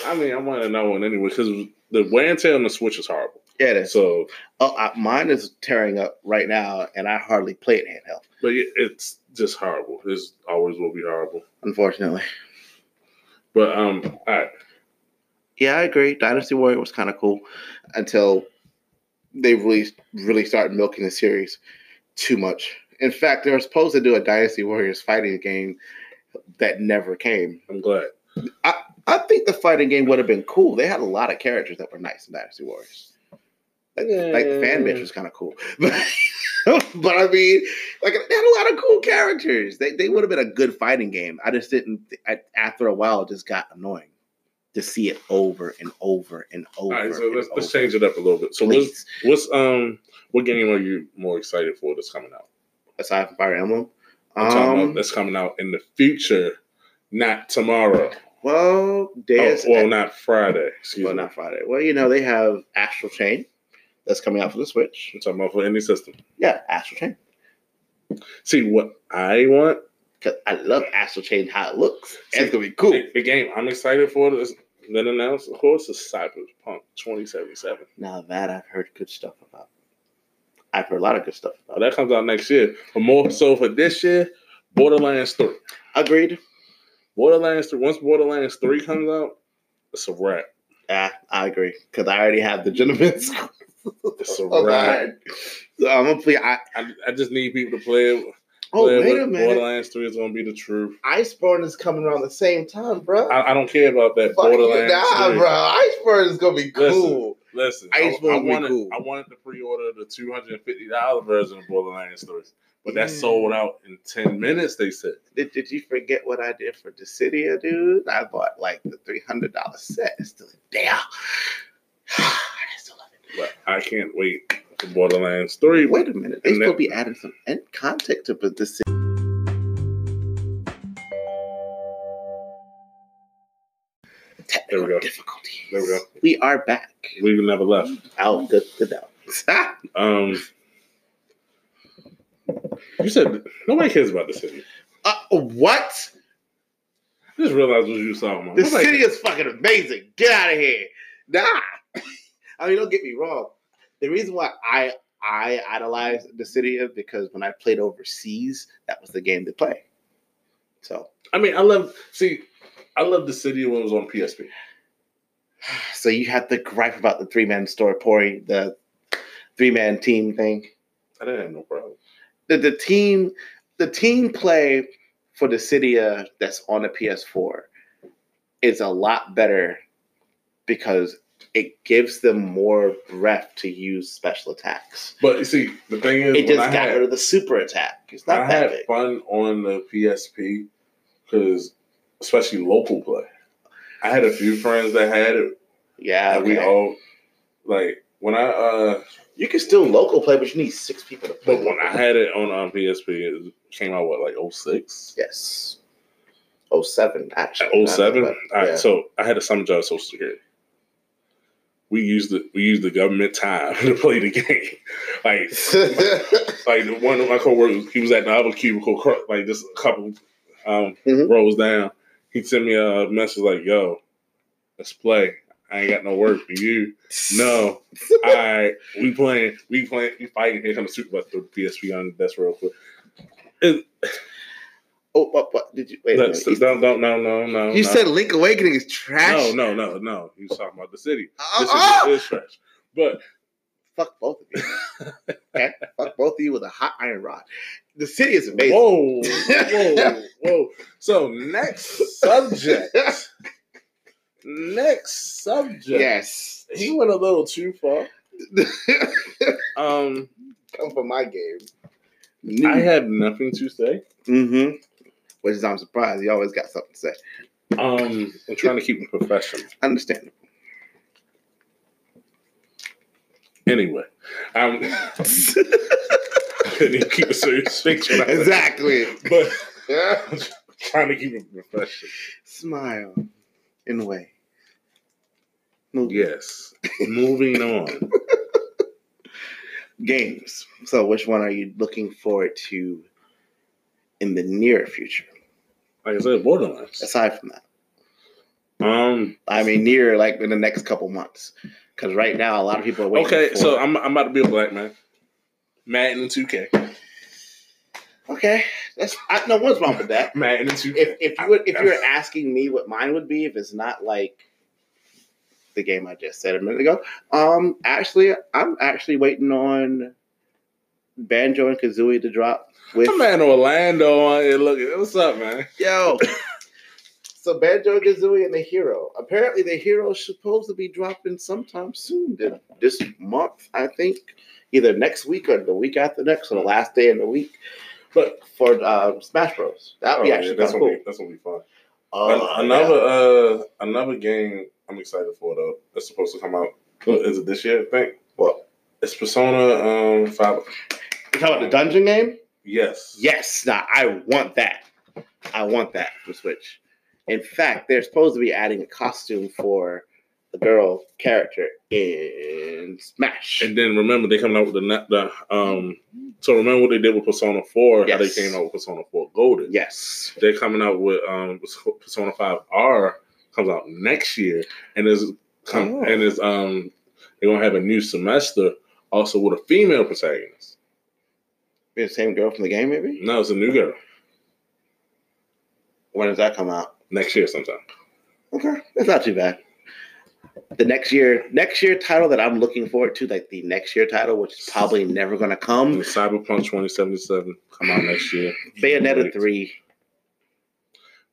S1: I mean, I wanted another one anyway because the wear and tear on the Switch is horrible.
S2: Yeah, it is.
S1: So,
S2: Oh, I, mine is tearing up right now, and I hardly play it handheld.
S1: but it- it's just horrible. It's always will be horrible.
S2: Unfortunately.
S1: But um, all right.
S2: Yeah, I agree. Dynasty Warrior was kind of cool until they really, really started milking the series too much. In fact, they were supposed to do a Dynasty Warriors fighting game that never came.
S1: I'm glad.
S2: I think the fighting game would have been cool. They had a lot of characters that were nice in Dynasty Warriors. Like, like the fan base was kind of cool, *laughs* but, but I mean, like they had a lot of cool characters. They they would have been a good fighting game. I just didn't. I, after a while, it just got annoying to see it over and over and
S1: All
S2: over.
S1: right, so
S2: and
S1: let's, let's
S2: over.
S1: change it up a little bit. So, what's,
S2: Please,
S1: what's um, what game are you more excited for that's coming out?
S2: aside from Fire Emblem,
S1: I'm talking about
S2: um,
S1: that's coming out in the future, not tomorrow.
S2: well,
S1: Oh,
S2: Deus
S1: well, not Friday. Excuse
S2: well,
S1: me.
S2: not Friday. Well, you know they have Astral Chain that's coming out for the Switch.
S1: I'm talking about for any system.
S2: Yeah, Astral Chain.
S1: See what I want.
S2: Cause I love Astral Chain how it looks.
S1: See,
S2: it's gonna be cool.
S1: The, the game I'm excited for this. Then announced, of course, is Cyberpunk 2077.
S2: Now that I've heard good stuff about. I've heard a lot of good stuff
S1: Oh,
S2: about.
S1: that comes out next year. But more so for this year, Borderlands 3.
S2: Agreed.
S1: Borderlands 3, once Borderlands 3 comes out, it's a wrap.
S2: Yeah, Ah, I agree. Cause I already have the *laughs* gentleman's
S1: It's a
S2: Oh,
S1: wrap.
S2: God. So I'm gonna play. I,
S1: I, I just need people to play it.
S2: oh
S1: play it
S2: wait
S1: with-
S2: a minute.
S1: Borderlands 3 is going to be the truth.
S2: Iceborne is coming around the same time, bro.
S1: I, I don't care about that
S2: Fuck you.
S1: Borderlands
S2: nah,
S1: 3.
S2: bro. Iceborne is gonna be
S1: Listen.
S2: cool.
S1: Listen,
S2: I
S1: I,
S2: just
S1: I,
S2: wanna be
S1: wanted,
S2: cool.
S1: I wanted to pre-order the $250 version of Borderlands 3. But that
S2: Yeah.
S1: sold out in 10 minutes, they said.
S2: Did, did you forget what I did for Dissidia, dude? I bought like the three hundred dollar set. It's still damn. *sighs* I still love it.
S1: But I can't wait for Borderlands 3.
S2: Wait a minute. They
S1: And
S2: still
S1: that-
S2: be adding some en- content to the Dissidia.
S1: There we
S2: Technical
S1: go.
S2: difficulties.
S1: There we go.
S2: We are back.
S1: We never left.
S2: Out, good, good out. *laughs*
S1: Um, you said nobody cares about the city.
S2: uh, what?
S1: I just realized what you was talking about.
S2: The
S1: Nobody
S2: city
S1: cares.
S2: is fucking *laughs* amazing. Get out of here. Nah. I mean, don't get me wrong. The reason why I I idolized Dissidia because when I played overseas, that was the game to play. So,
S1: I mean, I love see, I love the city when it was on PSP.
S2: so you had the gripe about the three man store, Pori, the three man team thing.
S1: I didn't have no problem.
S2: The, the team, the team play for Dissidia that's on the PS4 is a lot better because it gives them more breath to use special attacks.
S1: But you see, the thing is, when
S2: It just
S1: I
S2: got
S1: had,
S2: rid of the super attack. It's
S1: I
S2: not
S1: had
S2: that big.
S1: fun on the PSP because, especially local play, I had a few friends that had it,
S2: Yeah,
S1: and we
S2: okay.
S1: all like when I uh
S2: You can still local play, but you need six people to play.
S1: but when I had it on um, PSP, it came out what like 06?
S2: yes, oh seven actually.
S1: At 07?
S2: Not
S1: All
S2: that, but-
S1: right,
S2: yeah.
S1: so I had a summer job at Social Security. We used the we used the government time *laughs* to play the game. Like
S2: *laughs*
S1: like the one of my coworkers, he was at the other cubicle, cr- like just a couple um,
S2: Mhm.
S1: rows down. He sent me a message like, "Yo, let's play. I ain't got no work for you.
S2: *laughs*
S1: No, all right, we playing, we playing, we fighting. Here comes the super throw the PSP on the desk real quick.
S2: Oh, what, what did you wait? a
S1: That's,
S2: minute.
S1: no, no, no, no, no.
S2: you
S1: no.
S2: said Link Awakening is trash.
S1: no, no, no, no. He was talking about the city.
S2: Oh,
S1: This
S2: oh!
S1: is, is trash. But
S2: *laughs* Fuck both of you.
S1: *laughs*
S2: okay, fuck both of you with a hot iron rod. The city is amazing. *laughs*
S1: whoa, whoa, whoa. So next subject. Next subject.
S2: *laughs* Yes,
S1: He went a little too far. Um,
S2: *laughs* come for my game.
S1: I have nothing to say.
S2: mm-hmm. Which is I'm surprised. You always got something to say.
S1: Um, I'm trying to keep it professional. *laughs*
S2: Understandable.
S1: Anyway, I'm, I couldn't even keep a
S2: *laughs*
S1: serious face. when I said that.
S2: exactly.
S1: But
S2: Yeah.
S1: trying to keep it professional.
S2: Smile. In a way. No
S1: Yes. Moving on.
S2: games. So which one are you looking forward to in the near future?
S1: Like I said, Borderlands.
S2: Aside from that.
S1: Um. *laughs*
S2: I mean near like in the next couple months. Cause right now a lot of people are waiting.
S1: Okay,
S2: for-
S1: so I'm I'm about to be a black man. Madden 2K.
S2: Okay. That's I no what's wrong with that.
S1: Madden 2K.
S2: If if you would if you were asking me what mine would be, if it's not like the game I just said a minute ago, um actually I'm actually waiting on Banjo and Kazooie to drop with
S1: My man Orlando uh, on here looking. What's up, man?
S2: Yo. so Banjo Kazooie and the Hero. Apparently, the Hero is supposed to be dropping sometime soon. th- This month, I think, either next week or the week after next, or the last day in the week. But for uh, Smash Bros, that would be
S1: Oh,
S2: actually
S1: that's
S2: kinda
S1: gonna
S2: cool.
S1: be that's gonna be fun. An-
S2: Uh,
S1: another uh another game I'm excited for though. That's supposed to come out. Is it this year? I think.
S2: What?
S1: It's Persona um five.
S2: You talking about the dungeon game?
S1: Yes.
S2: Yes, nah, I want that. I want that for Switch. In fact, they're supposed to be adding a costume for the girl character in Smash.
S1: And then remember they coming out with the, na- the um. So remember what they did with Persona Four? How they
S2: Yes.
S1: came out with Persona Four Golden?
S2: yes.
S1: They're coming out with um Persona Five R comes out next year, and is come
S2: Oh.
S1: and is um they're gonna have a new semester also with a female protagonist.
S2: Be the same girl from the game, maybe?
S1: No, it's a new girl
S2: When does that come out?
S1: next year sometime.
S2: Okay, that's not too bad. The next year, next year title that I'm looking forward to, like the next year title, which is probably never going to
S1: And
S2: come,
S1: Cyberpunk 2077 come out next year.
S2: Bayonetta three.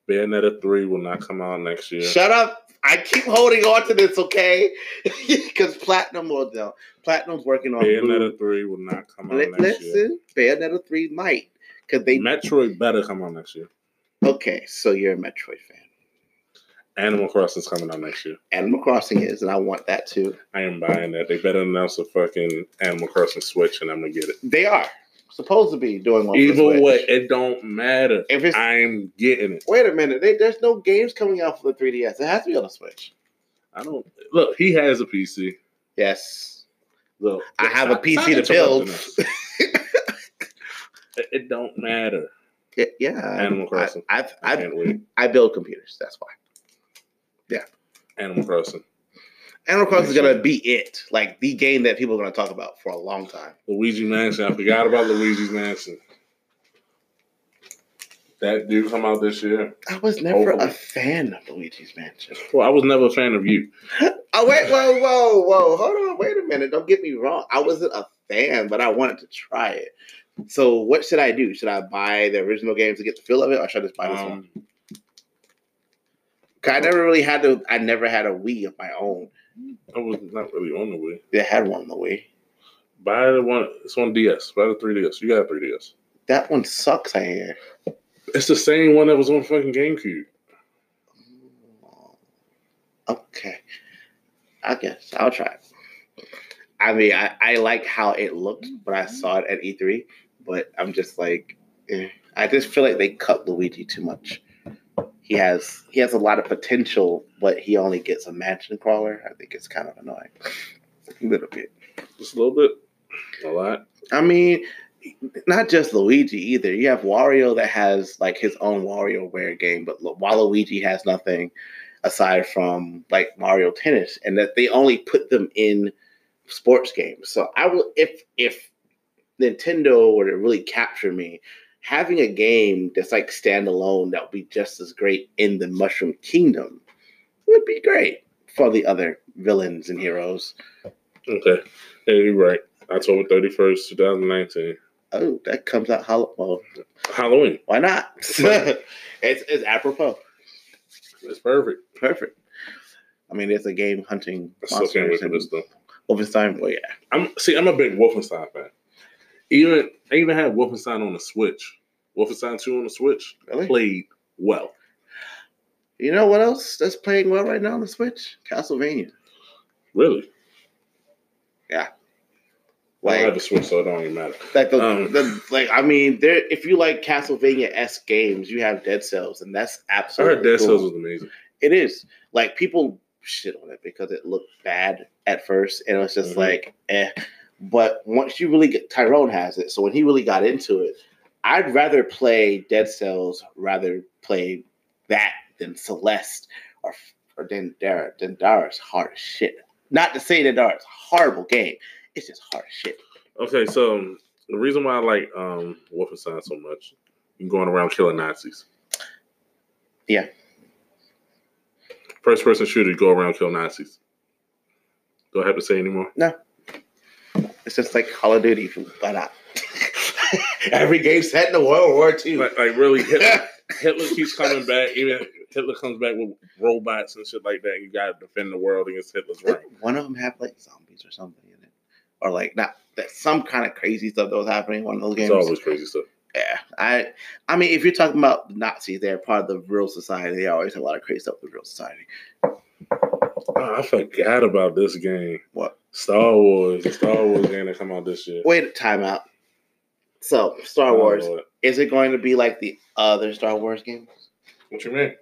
S1: Bayonetta 3 will not come out next year.
S2: Shut up! I keep holding on to this, okay? *laughs* Because Platinum will no, Platinum's working on Blue.
S1: Bayonetta 3 will not come out
S2: Li-
S1: next year.
S2: Listen, Bayonetta three might because they
S1: Metroid better come out next year.
S2: okay. So you're a Metroid fan.
S1: Animal Crossing's coming out next year.
S2: Animal Crossing is, and I want that too.
S1: I am buying that. They better announce a fucking Animal Crossing Switch and I'm gonna get it.
S2: They are supposed to be doing one. for
S1: Either
S2: Switch.
S1: way, it don't matter.
S2: if it's
S1: I'm getting it.
S2: Wait a minute. They, there's no games coming out for the 3DS. It has to be on the Switch.
S1: I don't look, he has a PC.
S2: Yes.
S1: Look,
S2: I have a
S1: stop- stop
S2: PC to build.
S1: interrupting us. *laughs* it, it don't matter.
S2: Yeah. yeah.
S1: Animal Crossing.
S2: I, I,
S1: I
S2: I,
S1: can't wait.
S2: I build computers. That's why.
S1: Animal Crossing.
S2: Animal Crossing is gonna be it, like the game that people are gonna talk about for a long time.
S1: Luigi Mansion. I forgot about Luigi's Mansion. That did come out this year.
S2: I was never
S1: Over.
S2: a fan of Luigi's Mansion.
S1: Well, I was never a fan of you.
S2: Oh wait, whoa, whoa, whoa! Hold on, wait a minute. Don't get me wrong. I wasn't a fan, but I wanted to try it. So what should I do? Should I buy the original game to get the feel of it, or should I just buy this one?
S1: Um,
S2: 'Cause I never really had to. I never had a Wii of my own.
S1: I was not really on the way.
S2: They had one on the Wii.
S1: Buy the one. It's on DS. Buy the 3DS. You got a 3DS.
S2: That one sucks. I hear.
S1: It's the same one that was on fucking GameCube.
S2: Okay. I guess I'll try it. I mean, I, I like how it looked when I saw it at E3, but I'm just like, eh. I just feel like they cut Luigi too much. He has he has a lot of potential, but he only gets a mansion crawler. I think it's kind of annoying, *laughs* a little bit.
S1: Just a little bit. A lot.
S2: I mean, not just Luigi either. You have Wario that has like his own WarioWare game, but Lu- Waluigi has nothing aside from like Mario Tennis, and that they only put them in sports games. So I will if if Nintendo were to really capture me, having a game that's like standalone that would be just as great in the Mushroom Kingdom would be great for the other villains and heroes.
S1: Okay. Yeah, you're right. October 31st, 2019.
S2: Oh, that comes out hollow. Well,
S1: Halloween.
S2: Why not? *laughs* it's, it's apropos.
S1: It's perfect.
S2: Perfect. I mean, it's a game hunting
S1: I still can't
S2: monsters
S1: wait for this though.
S2: over time. Well, yeah.
S1: I'm see. I'm a big Wolfenstein fan. Even I even had Wolfenstein on the Switch. Wolfenstein Two on the Switch
S2: Really?
S1: played well.
S2: You know what else that's playing well right now on the Switch? Castlevania.
S1: Really, I don't have
S2: Like,
S1: a Switch, so it don't even matter.
S2: like the,
S1: um,
S2: the like. I mean, there. If you like Castlevania esque games, you have Dead Cells, and that's
S1: I
S2: absolutely.
S1: heard Dead
S2: cool.
S1: Cells was amazing.
S2: It is like people shit on it because it looked bad at first, and it was just
S1: Mhm.
S2: like, eh. But once you really get Tyrone has it, so when he really got into it, I'd rather play Dead Cells rather play that than Celeste or or than Dara. Than Dara's hard as shit. Not to say that Dara's horrible game. It's just hard as shit.
S1: Okay, so um, the reason why I like um, Wolfenstein so much, you're going around killing Nazis.
S2: Yeah.
S1: First person shooter, you go around kill Nazis. Do I have to say anymore?
S2: It's just like Call of Duty from but I- *laughs* Every game set in the World War II.
S1: Like, like really,
S2: *laughs*
S1: Hitler, Hitler keeps coming back. Even Hitler comes back with robots and shit like that. You gotta defend the world against Hitler's reign.
S2: Didn't one of them have like zombies or something in it, or like not that some kind of crazy stuff that was happening in one of those games.
S1: It's always crazy stuff.
S2: yeah, I, I mean, if you're talking about Nazis, they're part of the real society. They always have a lot of crazy stuff with real society.
S1: Oh, I forgot about this game.
S2: What?
S1: Star Wars, the Star Wars game that come out this year.
S2: Wait a time out. So Star
S1: Oh,
S2: Wars
S1: Lord.
S2: is it going to be like the other Star Wars games?
S1: What you mean?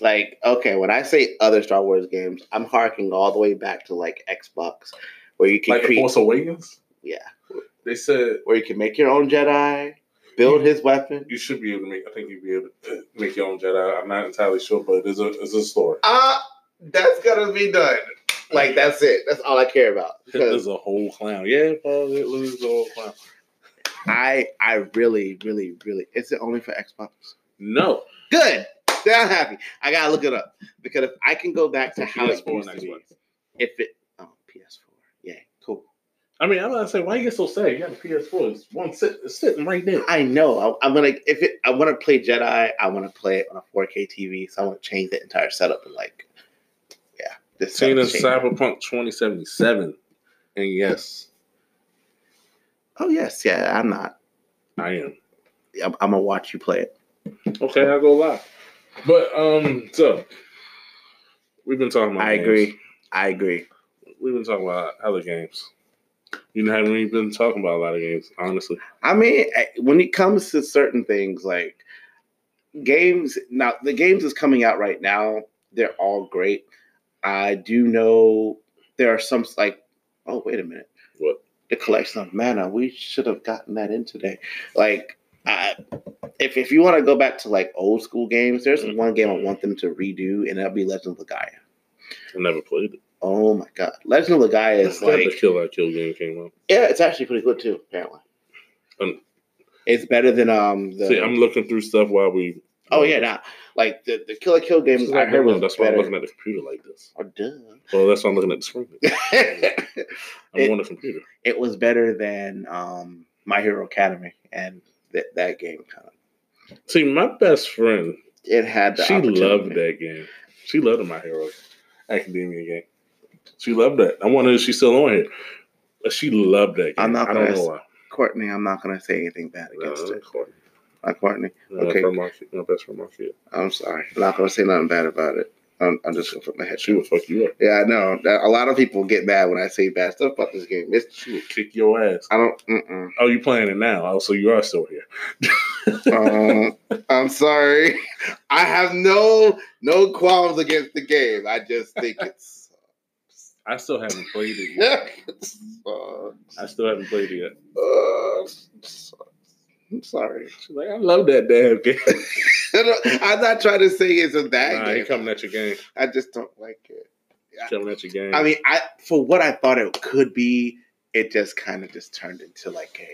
S2: Like okay, when I say other Star Wars games, I'm harking all the way back to like Xbox, where you can
S1: Like The
S2: create,
S1: Force Awakens?
S2: yeah,
S1: They said
S2: where you can make your own Jedi, build his weapon.
S1: you should be able to make. I think you'd be able to make your own Jedi. I'm not entirely sure, but it's a it's a *laughs* story.
S2: Uh, that's gonna be done. Like that's it. That's all I
S1: *laughs*
S2: care about.
S1: Hitler's
S2: Because
S1: a whole clown. Yeah, Paul Hitler's a whole clown.
S2: I I really, really, really is it only for Xbox?
S1: No,
S2: Good. Then I'm happy. I gotta look it up. Because if I can go back to how it
S1: PS4
S2: used to
S1: and
S2: be,
S1: Xbox.
S2: if it oh PS4. Yeah, cool.
S1: I mean, I'm not saying why you get so sad. You got a PS4. It's one sit, it's sitting right there.
S2: I know. I, I'm gonna if it I wanna play Jedi, I wanna play it on a 4K TV, so I wanna change the entire setup and like yeah. This
S1: Seen in
S2: setup's changing.
S1: Cyberpunk 2077, and yes,
S2: oh yes, yeah, I'm not.
S1: I am.
S2: I'm, I'm gonna watch you play it.
S1: Okay, I'll go live. But um, so we've been talking about.
S2: I
S1: games.
S2: agree. I agree.
S1: We've been talking about other games. You haven't even been talking about a lot of games, honestly.
S2: I mean, I- when it comes to certain things like games, now the games is coming out right now. They're all great. I do know there are some like, oh wait a minute,
S1: What?
S2: the collection of mana? We should have gotten that in today. Like, I, if if you want to go back to like old
S1: Mm.
S2: school games, there's one game I want them to redo, and that'll be Legend of Gaia.
S1: I never played it.
S2: Oh my god, Legend of Legaia is
S1: Glad the
S2: like
S1: Kill That Kill game came out.
S2: yeah, it's actually pretty good too. Apparently,
S1: Um,
S2: it's better than um the
S1: See, I'm looking through stuff while we.
S2: oh yeah, nah, like the the Killer Kill
S1: This
S2: games.
S1: is
S2: I
S1: not
S2: heard
S1: good.
S2: was
S1: That's why I'm
S2: better.
S1: looking at the computer like this.
S2: Oh, duh. *laughs*
S1: Well, that's why I'm looking at the screen. I'm
S2: It-
S1: on the computer.
S2: it was better than um My Hero Academy and th- that game kind of.
S1: See, my best friend,
S2: It had the
S1: she loved
S2: opportunity.
S1: that game. She loved My Hero Academia game. She loved that. I wonder if she's still on here. But she loved that game.
S2: I'm not
S1: I don't
S2: gonna
S1: know why.
S2: Courtney, I'm not gonna say anything bad against
S1: Uh,
S2: it. Uh, Courtney,
S1: okay.
S2: Okay.
S1: From my, kid- my best friend, my kid.
S2: I'm sorry. I'm not gonna say nothing bad about it. I'm, I'm just gonna put my head.
S1: She would fuck you up.
S2: Yeah, I know. that- A lot of people get mad when I say bad stuff about this game. It's
S1: She would kick your ass.
S2: I don't. Mm-mm.
S1: Oh, you playing it now? Oh, so you are still here. *laughs*
S2: Um, I'm sorry. *laughs* I have no no qualms against the game. I just think it's.
S1: I still haven't played it yet.
S2: it's sucks.
S1: I still haven't played it yet.
S2: Uh, sucks. I'm sorry.
S1: She's like, I love that damn game.
S2: *laughs* I'm not trying to say it's a bad
S1: nah, he
S2: game.
S1: coming at your game.
S2: I just don't like it.
S1: He Coming at your game.
S2: I mean, I for what I thought it could be, it just kind of just turned into like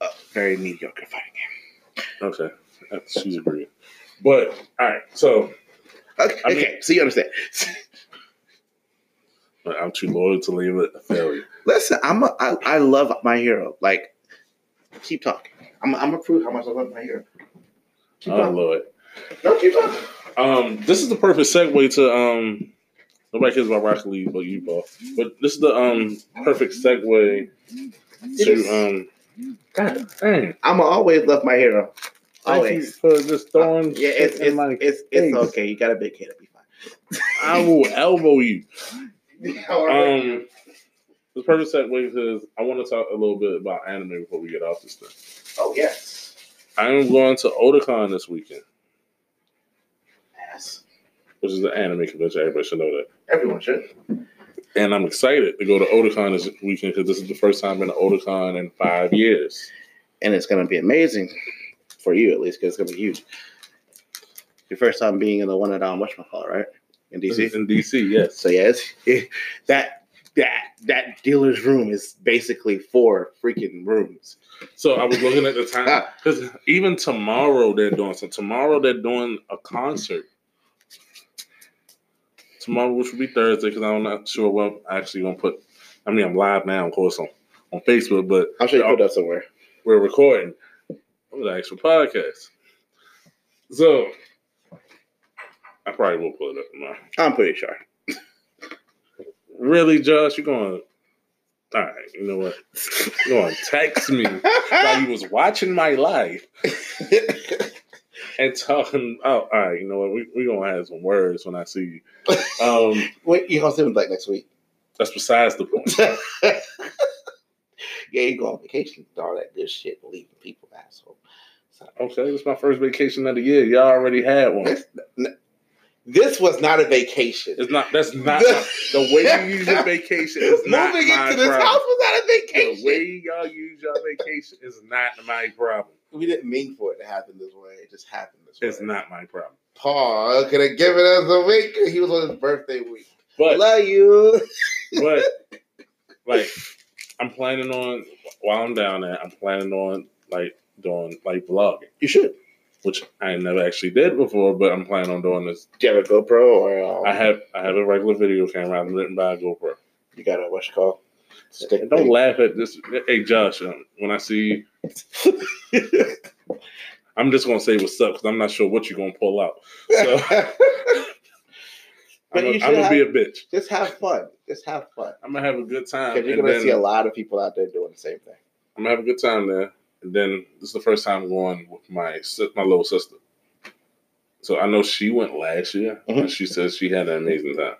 S2: a, a very mediocre fighting game.
S1: okay. That's- She's agreeing. But all right, so
S2: Okay,
S1: I mean-
S2: okay, so you understand. *laughs*
S1: I'm too loyal to leave it a failure.
S2: Listen, I'm a, I, I love my hero. Like, keep talking. I'm I'm gonna prove how much I love my hero. Keep
S1: Oh
S2: talking.
S1: Lord.
S2: No, keep talking.
S1: Um, this is the perfect segue to um. Nobody cares about Rocket League, but you, Paul. But this is the um perfect segue to um. God dang!
S2: I'm gonna always love my hero.
S1: Thank you
S2: Always.
S1: for just throwing.
S2: Yeah,
S1: shit
S2: it's
S1: in
S2: it's
S1: my
S2: it's,
S1: face.
S2: it's okay. You got a big head. It'll be
S1: I will elbow you.
S2: fine.
S1: Um, the perfect segue is I want to talk a little bit about anime before we get off this thing.
S2: oh yes.
S1: I am going to Otakon this weekend,
S2: Yes.
S1: which is an anime convention. Everybody should know that.
S2: Everyone should.
S1: And I'm excited to go to Otakon this weekend because this is the first time in Otakon in five years.
S2: And it's gonna be amazing for you at least, because it's gonna be huge. Your first time being in the one at um Westmacall, right? In
S1: This
S2: DC.
S1: is In DC, yes.
S2: So yeah, it's, *laughs* it, that that that dealer's room is basically four freaking rooms.
S1: So I was looking at the time
S2: Uh-huh. *laughs*
S1: because even tomorrow they're doing so. Tomorrow they're doing a concert. Tomorrow, which will be Thursday, because I'm not sure what I'm actually gonna put. I mean, I'm live now, of course, on, on Facebook, but
S2: I'm sure you put it up somewhere.
S1: we're recording the actual podcast. So I probably will pull it up tomorrow.
S2: I'm pretty sure.
S1: Really, Josh? You're going? All right, you know what? You're going to text me while you was watching my live and talking. Oh, all right. You know what? We we gonna have some words when I see you. Um,
S2: Wait, you gonna see him like next week?
S1: that's besides the point.
S2: Yeah, you go on vacation and all that good shit, leaving people asshole.
S1: Okay, this is my first vacation of the year. Y'all already had one.
S2: This was not a vacation.
S1: It's not. That's not my- the way you use
S2: *laughs*
S1: your vacation. Is not
S2: Moving
S1: my
S2: into this
S1: problem.
S2: house was not a
S1: The
S2: vacation.
S1: way y'all use your vacation is not my problem.
S2: we didn't mean for it to happen this way. It just happened this way.
S1: It's not my problem.
S2: Paul could have given us a week. He was on his birthday week.
S1: But
S2: Love you.
S1: *laughs* but like I'm planning on while I'm down there, I'm planning on like doing like vlogging,
S2: You should.
S1: which I never actually did before, but I'm planning on doing this.
S2: Do you have a GoPro or
S1: I
S2: um,
S1: have I have a regular video camera. I'm written by a GoPro.
S2: you got a what's it called? Stick
S1: Don't
S2: thing?
S1: laugh at this. Hey Josh, um, when I see I'm just gonna say what's up because I'm not sure what you're gonna pull out.
S2: *laughs*
S1: So I'm
S2: But
S1: gonna,
S2: you should
S1: I'm gonna
S2: have-
S1: be a bitch.
S2: Just have fun. Just have fun.
S1: I'm gonna have a good time.
S2: Because you're
S1: Um, and
S2: gonna
S1: then-
S2: see a lot of people out there doing the same thing.
S1: I'm gonna have a good time there. And then this is the first time going with my si- my little sister. So I know she went last year, and she says she had an amazing time.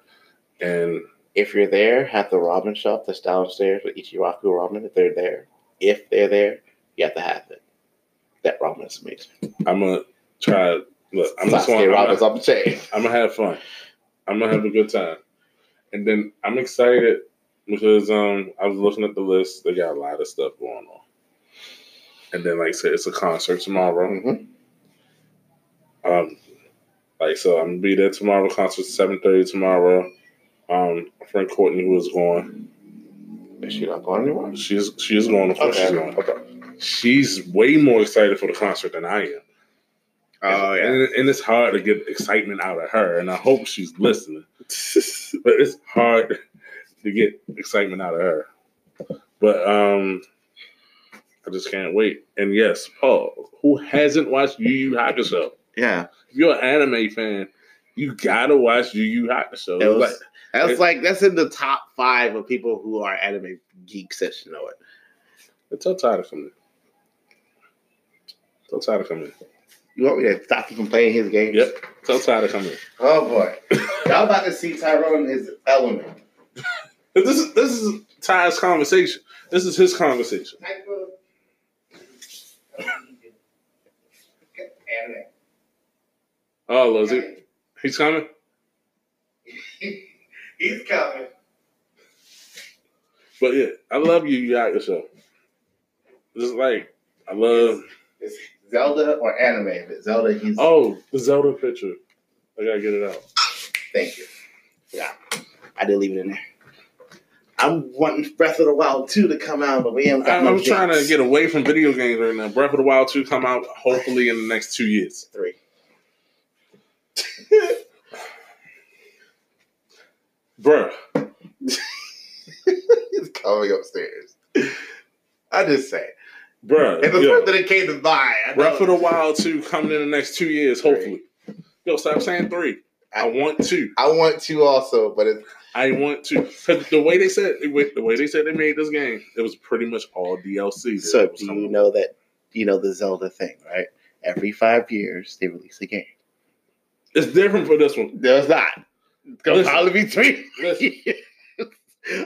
S1: And
S2: If you're there, have the ramen shop that's downstairs with Ichiraku Ramen. If they're there, if they're there, you have to have it. That ramen is amazing.
S1: I'm gonna try. Look, I'm just
S2: Sasuke
S1: going.
S2: ramen's
S1: I'm,
S2: up the chain.
S1: I'm gonna have fun. I'm gonna have a good time. And then I'm excited because um I was looking at the list. They got a lot of stuff going on. And then, like I said, it's a concert tomorrow.
S2: Mhm.
S1: Um, like so, I'm gonna be there tomorrow. Concert seven thirty tomorrow. Um, my friend Courtney, who is going,
S2: Is she not going anymore?
S1: she's she's going. Of course,
S2: Okay.
S1: she's going. She's way more excited for the concert than I am.
S2: Oh yeah.
S1: and, and it's hard to get excitement out of her. And I hope she's listening, *laughs* but it's hard to get excitement out of her. But um, I just can't wait. And yes, Paul, who hasn't watched Yu Yu Hakusho?
S2: Yeah.
S1: If you're an anime fan, you gotta watch Yu Yu Hakusho.
S2: It was,
S1: Like,
S2: that's
S1: it-
S2: like that's in the top five of people who are anime geeks that should know it.
S1: Tell Ty to come in. Tell Ty to come in.
S2: You want me to stop you from playing his games?
S1: Yep. Tell Ty to come in.
S2: Oh boy. Y'all about to see Tyrone is element.
S1: This is this is Ty's conversation. This is his conversation. Oh, Lord, is he, he's coming.
S2: He's coming.
S1: But yeah, I love you. You out yourself. Just like I love.
S2: It's Zelda or anime, but Zelda he's
S1: Oh, the Zelda picture. I gotta get it out.
S2: Thank you. Yeah, I did leave it in there. I'm wanting Breath of the Wild 2 to come out, but we haven't got
S1: I'm,
S2: no
S1: I'm trying to
S2: dates.
S1: get away from video games right now. Breath of the Wild two come out hopefully in the next two years.
S2: three.
S1: *laughs* Bruh,
S2: He's *laughs* coming upstairs. I just say.
S1: bruh.
S2: If the
S1: yo.
S2: first that it came to mind, I know-
S1: Breath of the Wild 2 coming in the next two years,
S2: Three.
S1: hopefully. Yo, stop saying three. I want two.
S2: I want to also, but it's
S1: I want two. 'Cause the way they said the way- the way they said they made this game, it was pretty much all DLC. that
S2: So
S1: was
S2: do
S1: coming
S2: you
S1: out.
S2: know that you know the Zelda thing, right? Every five years they release a game.
S1: It's different for this one.
S2: There's not. It's gonna
S1: Listen.
S2: probably be three. *laughs*
S1: Listen,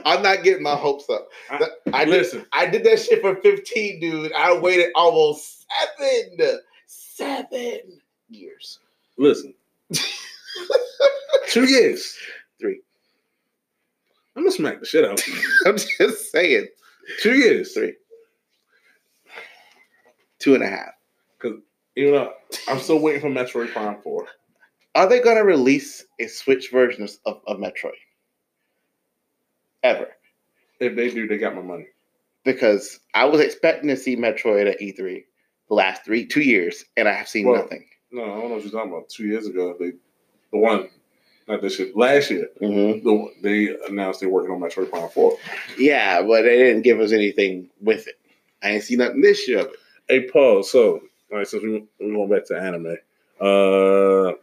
S2: I'm not getting my hopes up.
S1: I-
S2: That- I, did,
S1: listen.
S2: I did that shit for 15, dude. I waited almost seven, seven years.
S1: Listen. two years.
S2: Three.
S1: I'm gonna smack the shit out. of you.
S2: I'm just saying,
S1: Two years.
S2: Three. two and a half.
S1: You know, I'm still waiting for Metroid Prime 4.
S2: Are they gonna release a Switch version of, of, of Metroid? Ever?
S1: If they do, they got my money.
S2: because I was expecting to see Metroid at E3 the last three two years, and I have seen
S1: Well-
S2: nothing.
S1: No, I don't know what you're talking about. Two years ago, they the one not this shit. Last year.
S2: Mm-hmm.
S1: the, they announced they're working on Metroid Prime 4.
S2: Yeah, but they didn't give us anything with it. I ain't seen nothing this year of it.
S1: Hey, Paul, so, all right, since we, we're going back to anime, uh,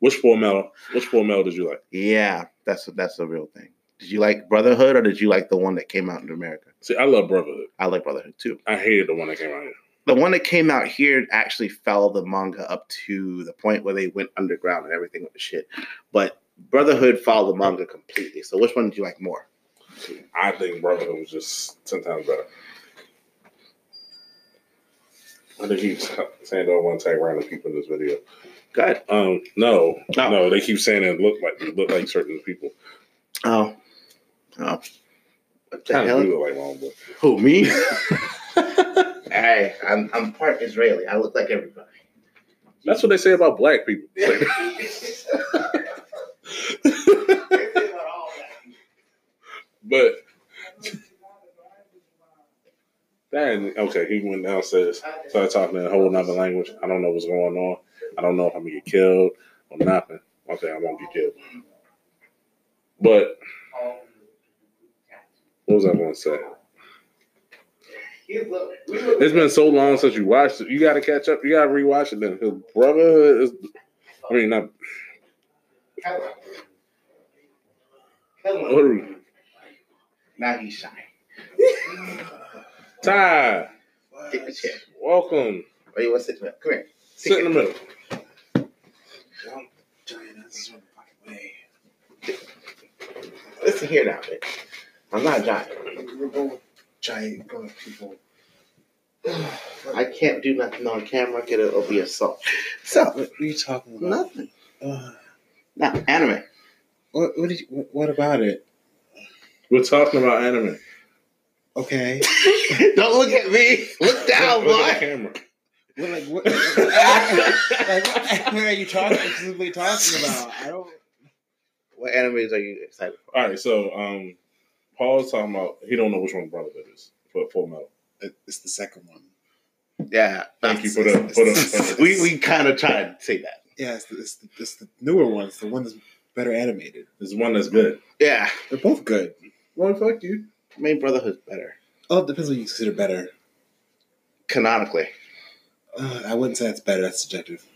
S1: which Full Metal, which Full Metal did you like?
S2: Yeah, that's that's the real thing. Did you like Brotherhood or did you like the one that came out in America?
S1: See, I love Brotherhood.
S2: I like Brotherhood too.
S1: I hated the one that came out here.
S2: The one that came out here actually fell the manga up to the point where they went underground and everything with the shit. But Brotherhood followed the manga completely. So which one did you like more?
S1: I think Brotherhood was just 10 times better. I think he's *laughs* saying don't want to tag random people in this video.
S2: Good.
S1: Um, no,
S2: No.
S1: no, they keep saying it look like look like certain people.
S2: Oh. Oh. What the
S1: Kind of
S2: hell?
S1: do look like my own boy. *laughs*
S2: Who me? hey, I'm I'm part Israeli. I look like everybody.
S1: That's what *laughs* they say about black people. But that and- okay, he went downstairs, started talking in a whole nother language. I don't know what's going on. I don't know if I'm gonna get killed or nothing. Okay, I won't get killed. But what was I gonna say? It's been so long since you watched it. You gotta catch up. You gotta rewatch it then. His brotherhood is I mean not what are we-
S2: Now he's shy.
S1: Ty,
S2: Take the chair.
S1: welcome.
S2: Or you want to sit in the middle? Come here.
S1: Sit in the middle.
S2: Listen here now, man. I'm not giant.
S3: We're both giant grown people.
S2: I can't do nothing on camera. 'cause It'll be assault. So
S3: What are you talking about?
S2: nothing.
S3: Uh,
S2: Now anime. *laughs*
S3: what, what, did you, what, what about it?
S1: We're talking about anime.
S3: Okay.
S2: Don't look at me. Look down,
S1: Look at the
S2: boy.
S1: camera.
S3: Well, like,
S2: *laughs*
S3: what, *laughs* like, what anime are you talking, specifically talking about? I don't.
S2: What animes are you excited for?
S1: All right, so um, Paul's talking about he don't know which one Brother Bit is for Full Metal.
S3: It- Uh, It's the second one.
S2: Yeah,
S1: Thank you
S3: It's-
S1: for the
S3: it's-
S1: for the.
S3: it's-
S2: *laughs*
S1: For the
S2: we we kind of tried to say that.
S3: Yeah, it's the, it's, the, it's the newer one. It's the one that's better animated.
S1: there's one that's good.
S2: Yeah,
S3: They're both good.
S1: Well, fuck you.
S2: main Brotherhood's better
S3: Oh, it depends what you consider better.
S2: canonically.
S3: Uh, I wouldn't say that's better. That's subjective.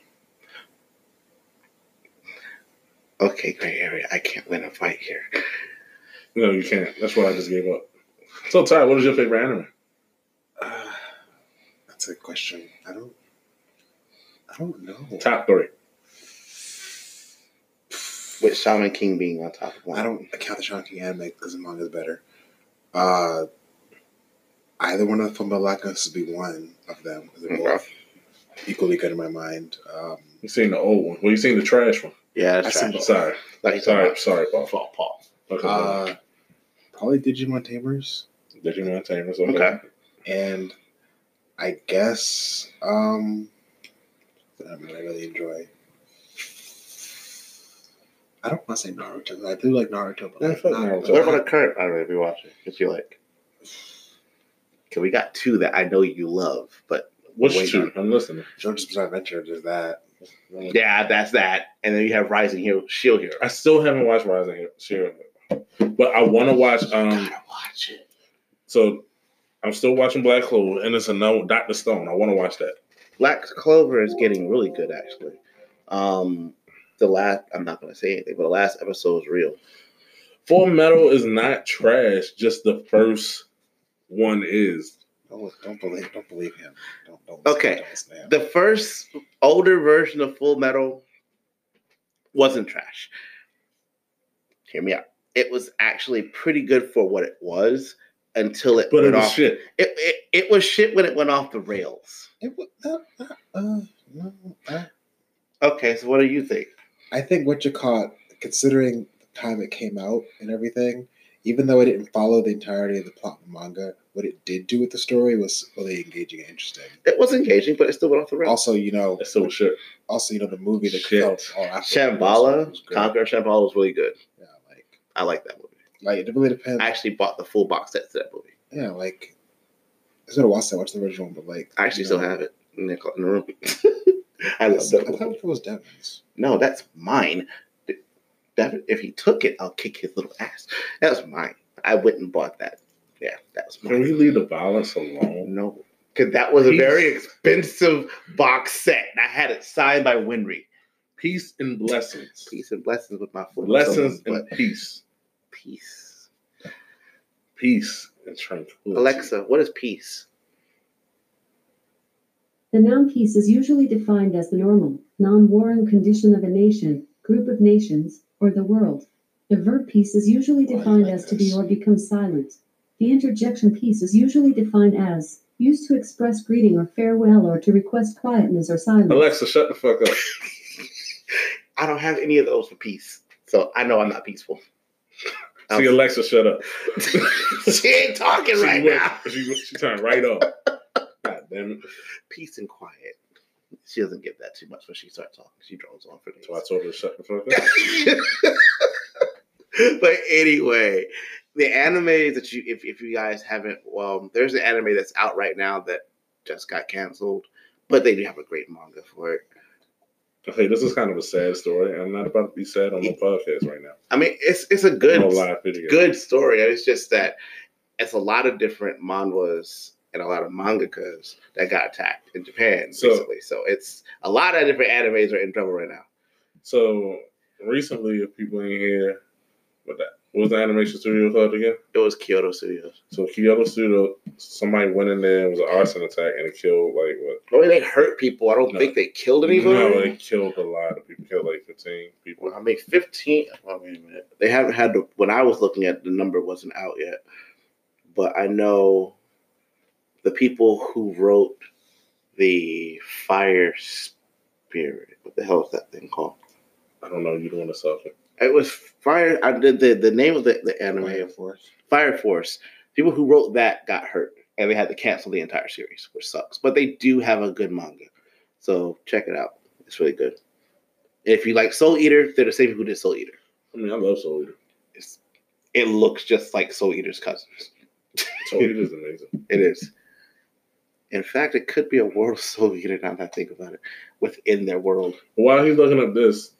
S2: Okay, gray area. I can't win a fight here.
S1: No, you can't. That's why I just gave up. So Ty, what is your favorite anime?
S3: Uh, that's a good question. I don't. I don't know.
S1: Top three.
S2: With Shaman King being on top of one.
S3: I don't count the Shaman King anime because the manga's better. Uh, either one of the Fumbalakas would be one of them because they're
S2: Okay.
S3: both equally good in my mind. Um,
S1: You seen the old one? Well, you seen the trash one.
S2: Yeah, that's
S3: I
S2: trash.
S3: see-
S1: Sorry,
S2: Like,
S1: sorry, sorry, Paul.
S2: Fall, Paul.
S1: Okay,
S3: uh, probably Digimon Tamers.
S1: Digimon Tamers. Okay.
S2: Okay.
S3: and I guess um, I, mean, I really enjoy. I don't want to say Naruto. I do like Naruto, but
S1: Yeah,
S3: like,
S1: fuck
S3: not-
S1: Naruto.
S2: What
S3: *laughs*
S2: about a current anime you're watching? If you like. Okay, we got two that I know you love, but
S1: Which
S2: Wait,
S1: two? I'm listening.
S3: JoJo's Bizarre Adventure? There's that.
S2: yeah, that's that. And then you have Rising Hero, Shield Hero.
S1: I still haven't watched Rising Hero, but I want to watch. Um,
S2: gotta watch it.
S1: so I'm still watching Black Clover, and it's a no Doctor Stone. I want to watch that.
S2: Black Clover is getting really good, actually. Um, the last I'm not gonna say anything, but the last episode was real.
S1: Full Metal is not trash. Just the first one is.
S3: Don't, don't believe. Don't believe him. Don't. don't
S2: Okay.
S3: Don't listen to him.
S2: The first older version of Full Metal wasn't trash. Hear me out. It was actually pretty good for what it was until it
S1: But
S2: went
S1: it was
S2: off.
S1: shit.
S2: It, it it was shit when it went off the rails.
S3: It, wa- no, no, uh, no, I,
S2: Okay, so what do you think?
S3: I think what you caught, considering the time it came out and everything, even though I didn't follow the entirety of the plot in the manga, what it did do with the story was really engaging and interesting.
S2: It was engaging, but it still went off the rails.
S3: Also, you know,
S1: That's still shit.
S3: also, you know, the movie that
S1: Shit.
S3: came out all after
S2: Shambhala,
S3: was great.
S2: Conqueror Shambhala was really good.
S3: Yeah, like,
S2: I like that movie.
S3: like it really depends.
S2: I actually bought the full box set to that movie.
S3: yeah, like it's been a while since I watched the original, but like
S2: I actually
S3: you
S2: still
S3: know,
S2: have it in the, in the room. *laughs* I
S3: I
S2: love that
S3: thought
S2: movie.
S3: it was Devon's.
S2: No, that's mine. That, if he took it, I'll kick his little ass. That was mine. I went and bought that. Yeah, that was
S1: Can we
S2: mine.
S1: leave the violence alone?
S2: No, because that was a
S1: Peace.
S2: very expensive box set. and I had it signed by Winry.
S1: Peace and blessings.
S2: Peace and blessings with my full
S1: Blessings
S2: soul,
S1: and
S2: but
S1: peace.
S2: peace.
S1: Peace and tranquility.
S2: Alexa, what is peace?
S4: The noun peace is usually defined as the normal, non warring condition of a nation, group of nations, or the world. The verb peace is usually
S3: Why do you
S4: defined
S3: like
S4: as to be
S3: this?
S4: or become silent. The interjection peace is usually defined as used to express greeting or farewell or to request quietness or silence.
S1: Alexa, shut the fuck up.
S2: I don't have any of those for peace, so I know I'm not peaceful. *laughs*
S1: See, Alexa, shut up.
S2: she ain't talking
S1: She
S2: right
S1: went-
S2: now.
S1: She, she turned right off. God damn it.
S2: Peace and quiet. She doesn't give that too much when she starts talking. She drones on for *laughs* days.
S1: So I told her to shut the fuck
S2: *laughs*
S1: up.
S2: but anyway, the anime that you, if, if you guys haven't, well, there's an anime that's out right now that just got canceled, but they do have a great manga for it.
S1: Okay, this is kind of a sad story. I'm not about to be sad on the podcast right now.
S2: I mean, it's it's a good,
S1: No live video.
S2: good story. It's just that it's a lot of different manhwas and a lot of mangakas that got attacked in Japan
S1: So-
S2: recently. So it's a lot of different animes are in trouble right now.
S1: So recently, if people ain't here, what that what was the animation studio called again?
S2: It was Kyoto Studios.
S1: So Kyoto Studio, somebody went in there. It was an arson attack, and it killed like what?
S2: Only they hurt people. I don't
S1: No.
S2: think they killed
S1: No,
S2: anybody.
S1: it killed a lot of people. Killed like 15 people.
S2: Well, I mean, fifteen. Well, wait a minute. They haven't had the. When I was looking at the number, wasn't out yet, but I know the people who wrote the fire spirit. What the hell is that thing called?
S1: I don't know. You don't want to suffer.
S2: It was fire. I did the the name of the, the anime
S3: Force.
S2: Fire Force. People who wrote that got hurt, and they had to cancel the entire series, which sucks. But they do have a good manga, so check it out. It's really good. If you like Soul Eater, they're the same people who did Soul Eater.
S1: I mean, I love Soul Eater.
S2: It's, it looks just like Soul Eater's cousins.
S1: Soul Eater is amazing. *laughs*
S2: It is. In fact, it could be a world Soul Eater now that I think about it, within their world.
S1: While he's looking up this,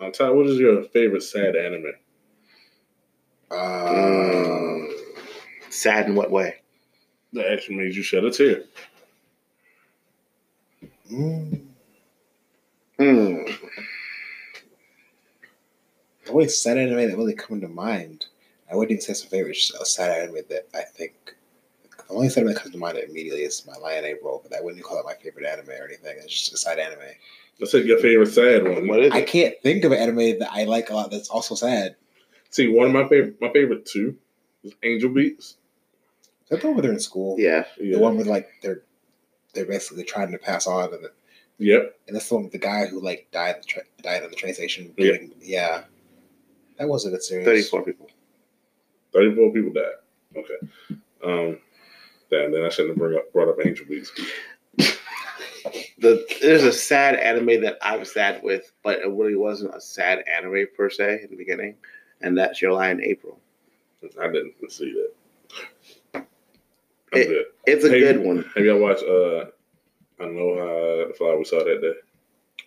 S1: on top, what is your favorite sad anime?
S3: Uh,
S2: Sad in what way?
S1: Um, That actually made you shed a tear.
S3: mm,
S2: Hmm.
S3: the only sad anime that really come to mind. I wouldn't even say it's my favorite it's just a uh, sad anime that I think. The only sad anime that comes to mind immediately is My Lion April, but I wouldn't call it my favorite anime or anything. It's just a sad anime.
S1: Let's take your favorite sad one.
S2: What is
S3: I
S2: it?
S3: can't think of an anime that I like a lot that's also sad.
S1: See, one of my favorite, my favorite two, is Angel Beats.
S3: Is that the one where they're in school?
S2: Yeah.
S1: Yeah.
S3: The one with like they're they're basically trying to pass on, and,
S1: Yep.
S3: and that's the one with the guy who like died at the tra- died on the train station.
S1: Yeah.
S3: getting- yeah. That was a good series.
S2: 34 people.
S1: Thirty-four people died. Okay. Um. Damn, then I shouldn't have bring up, brought up Angel Beats.
S2: The, there's a sad anime that I'm sad with, but it really wasn't a sad anime per se in the beginning, and that's Your Lie in April.
S1: I didn't see that. I'm
S2: It-
S1: good.
S2: It's a
S1: Hey,
S2: good one.
S1: Have y'all watched uh Aloha the flower we saw that day?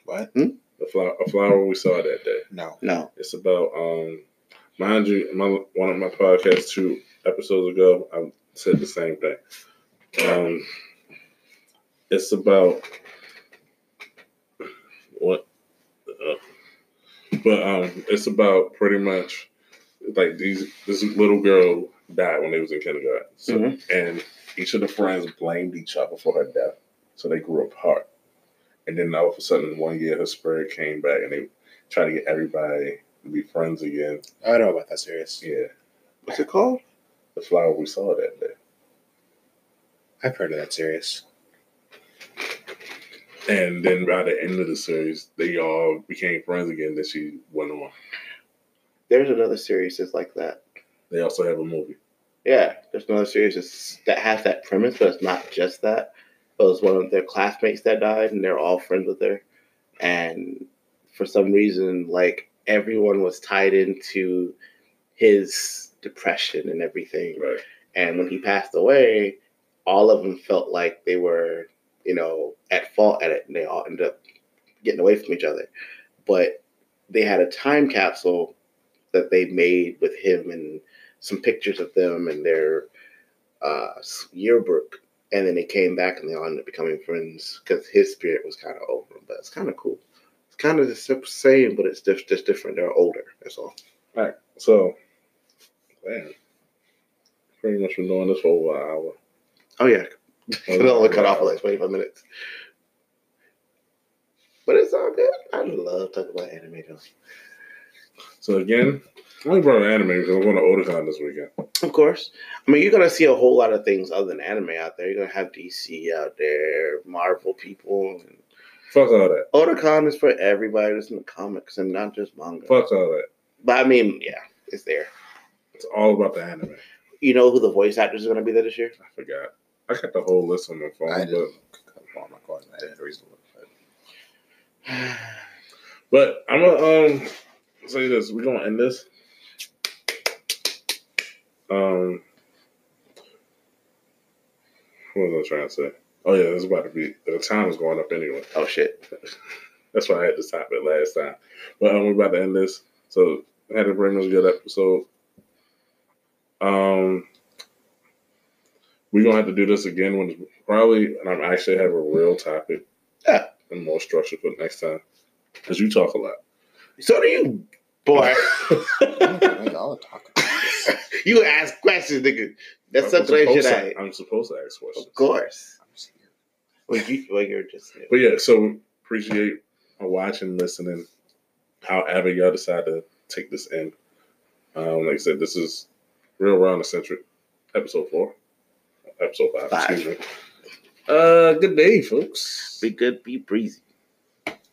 S3: What?
S1: The flower a flower we saw that day.
S3: No.
S2: No.
S1: It's about um mind you, my one of my podcasts two episodes ago, I said the same thing. Um it's about what uh, but um it's about pretty much like these this little girl died when they was in kindergarten. So
S2: Mhm.
S1: and each of the friends blamed each other for her death. So they grew apart. And then all of a sudden, one year, her spirit came back and they tried to get everybody to be friends again.
S3: I don't know about that series.
S1: Yeah.
S2: What's it called?
S1: The flower we saw that day.
S3: I've heard of that series.
S1: And then by the end of the series, they all became friends again. Then she went on.
S2: There's another series that's like that.
S1: They also have a movie.
S2: Yeah, there's another series that's, that has that premise, but it's not just that. It was one of their classmates that died, and they're all friends with her. And for some reason, like everyone was tied into his depression and everything.
S1: Right.
S2: And when he passed away, all of them felt like they were, you know, at fault at it, and they all ended up getting away from each other. But they had a time capsule that they made with him and some pictures of them and their uh, yearbook. And then they came back and they all ended up becoming friends because his spirit was kind of over him. But it's kind of cool. It's kind of the same, but it's just, just different. They're older. That's all.
S1: So, man, pretty much been doing this for over an
S2: *laughs*
S1: hour.
S2: Oh, yeah. It only cut off for like 25 minutes. But it's all good. I love talking about anime though.
S1: So, again, I only brought up anime because I'm going to Otakon this weekend.
S2: Of course. I mean, you're going to see a whole lot of things other than anime out there. You're going to have DC out there, Marvel people. And
S1: Fuck all that.
S2: Otakon is for everybody that's in the comics and not just manga.
S1: Fuck all that.
S2: But I mean, yeah, it's there.
S1: It's all about the anime.
S2: You know who the voice actors are going to be there this year? *sighs*
S1: I forgot. I got the whole list on my phone,
S3: I
S1: but
S3: didn't. Oh my god, I didn't reason.
S1: but I'm gonna um say this. We're gonna end this. Um, what was I trying to say? Oh yeah, it's about to be the time is going up anyway.
S2: Oh, shit.
S1: That's why I had to stop it last time. But um, we're about to end this. So I had to bring this good episode. Um, we're gonna have to do this again when it's probably, and I'm actually have a real topic.
S2: Yeah.
S1: And more structure for next time, because you talk a lot.
S2: So do you, boy.
S3: Y'all are talking. About this.
S2: you ask questions, nigga. That's
S1: I'm
S2: some great shit
S1: supposed
S2: I.
S1: to- I'm supposed to ask questions.
S2: Of course.
S3: I'm just here.
S2: Well, you, well, you're just new.
S1: But yeah, so appreciate watching, listening, however y'all decide to take this in. Um, like I said, this is Real Round Eccentric, episode four, episode five,
S2: Five.
S1: Excuse me. Uh, good day, folks.
S2: Be good, be breezy.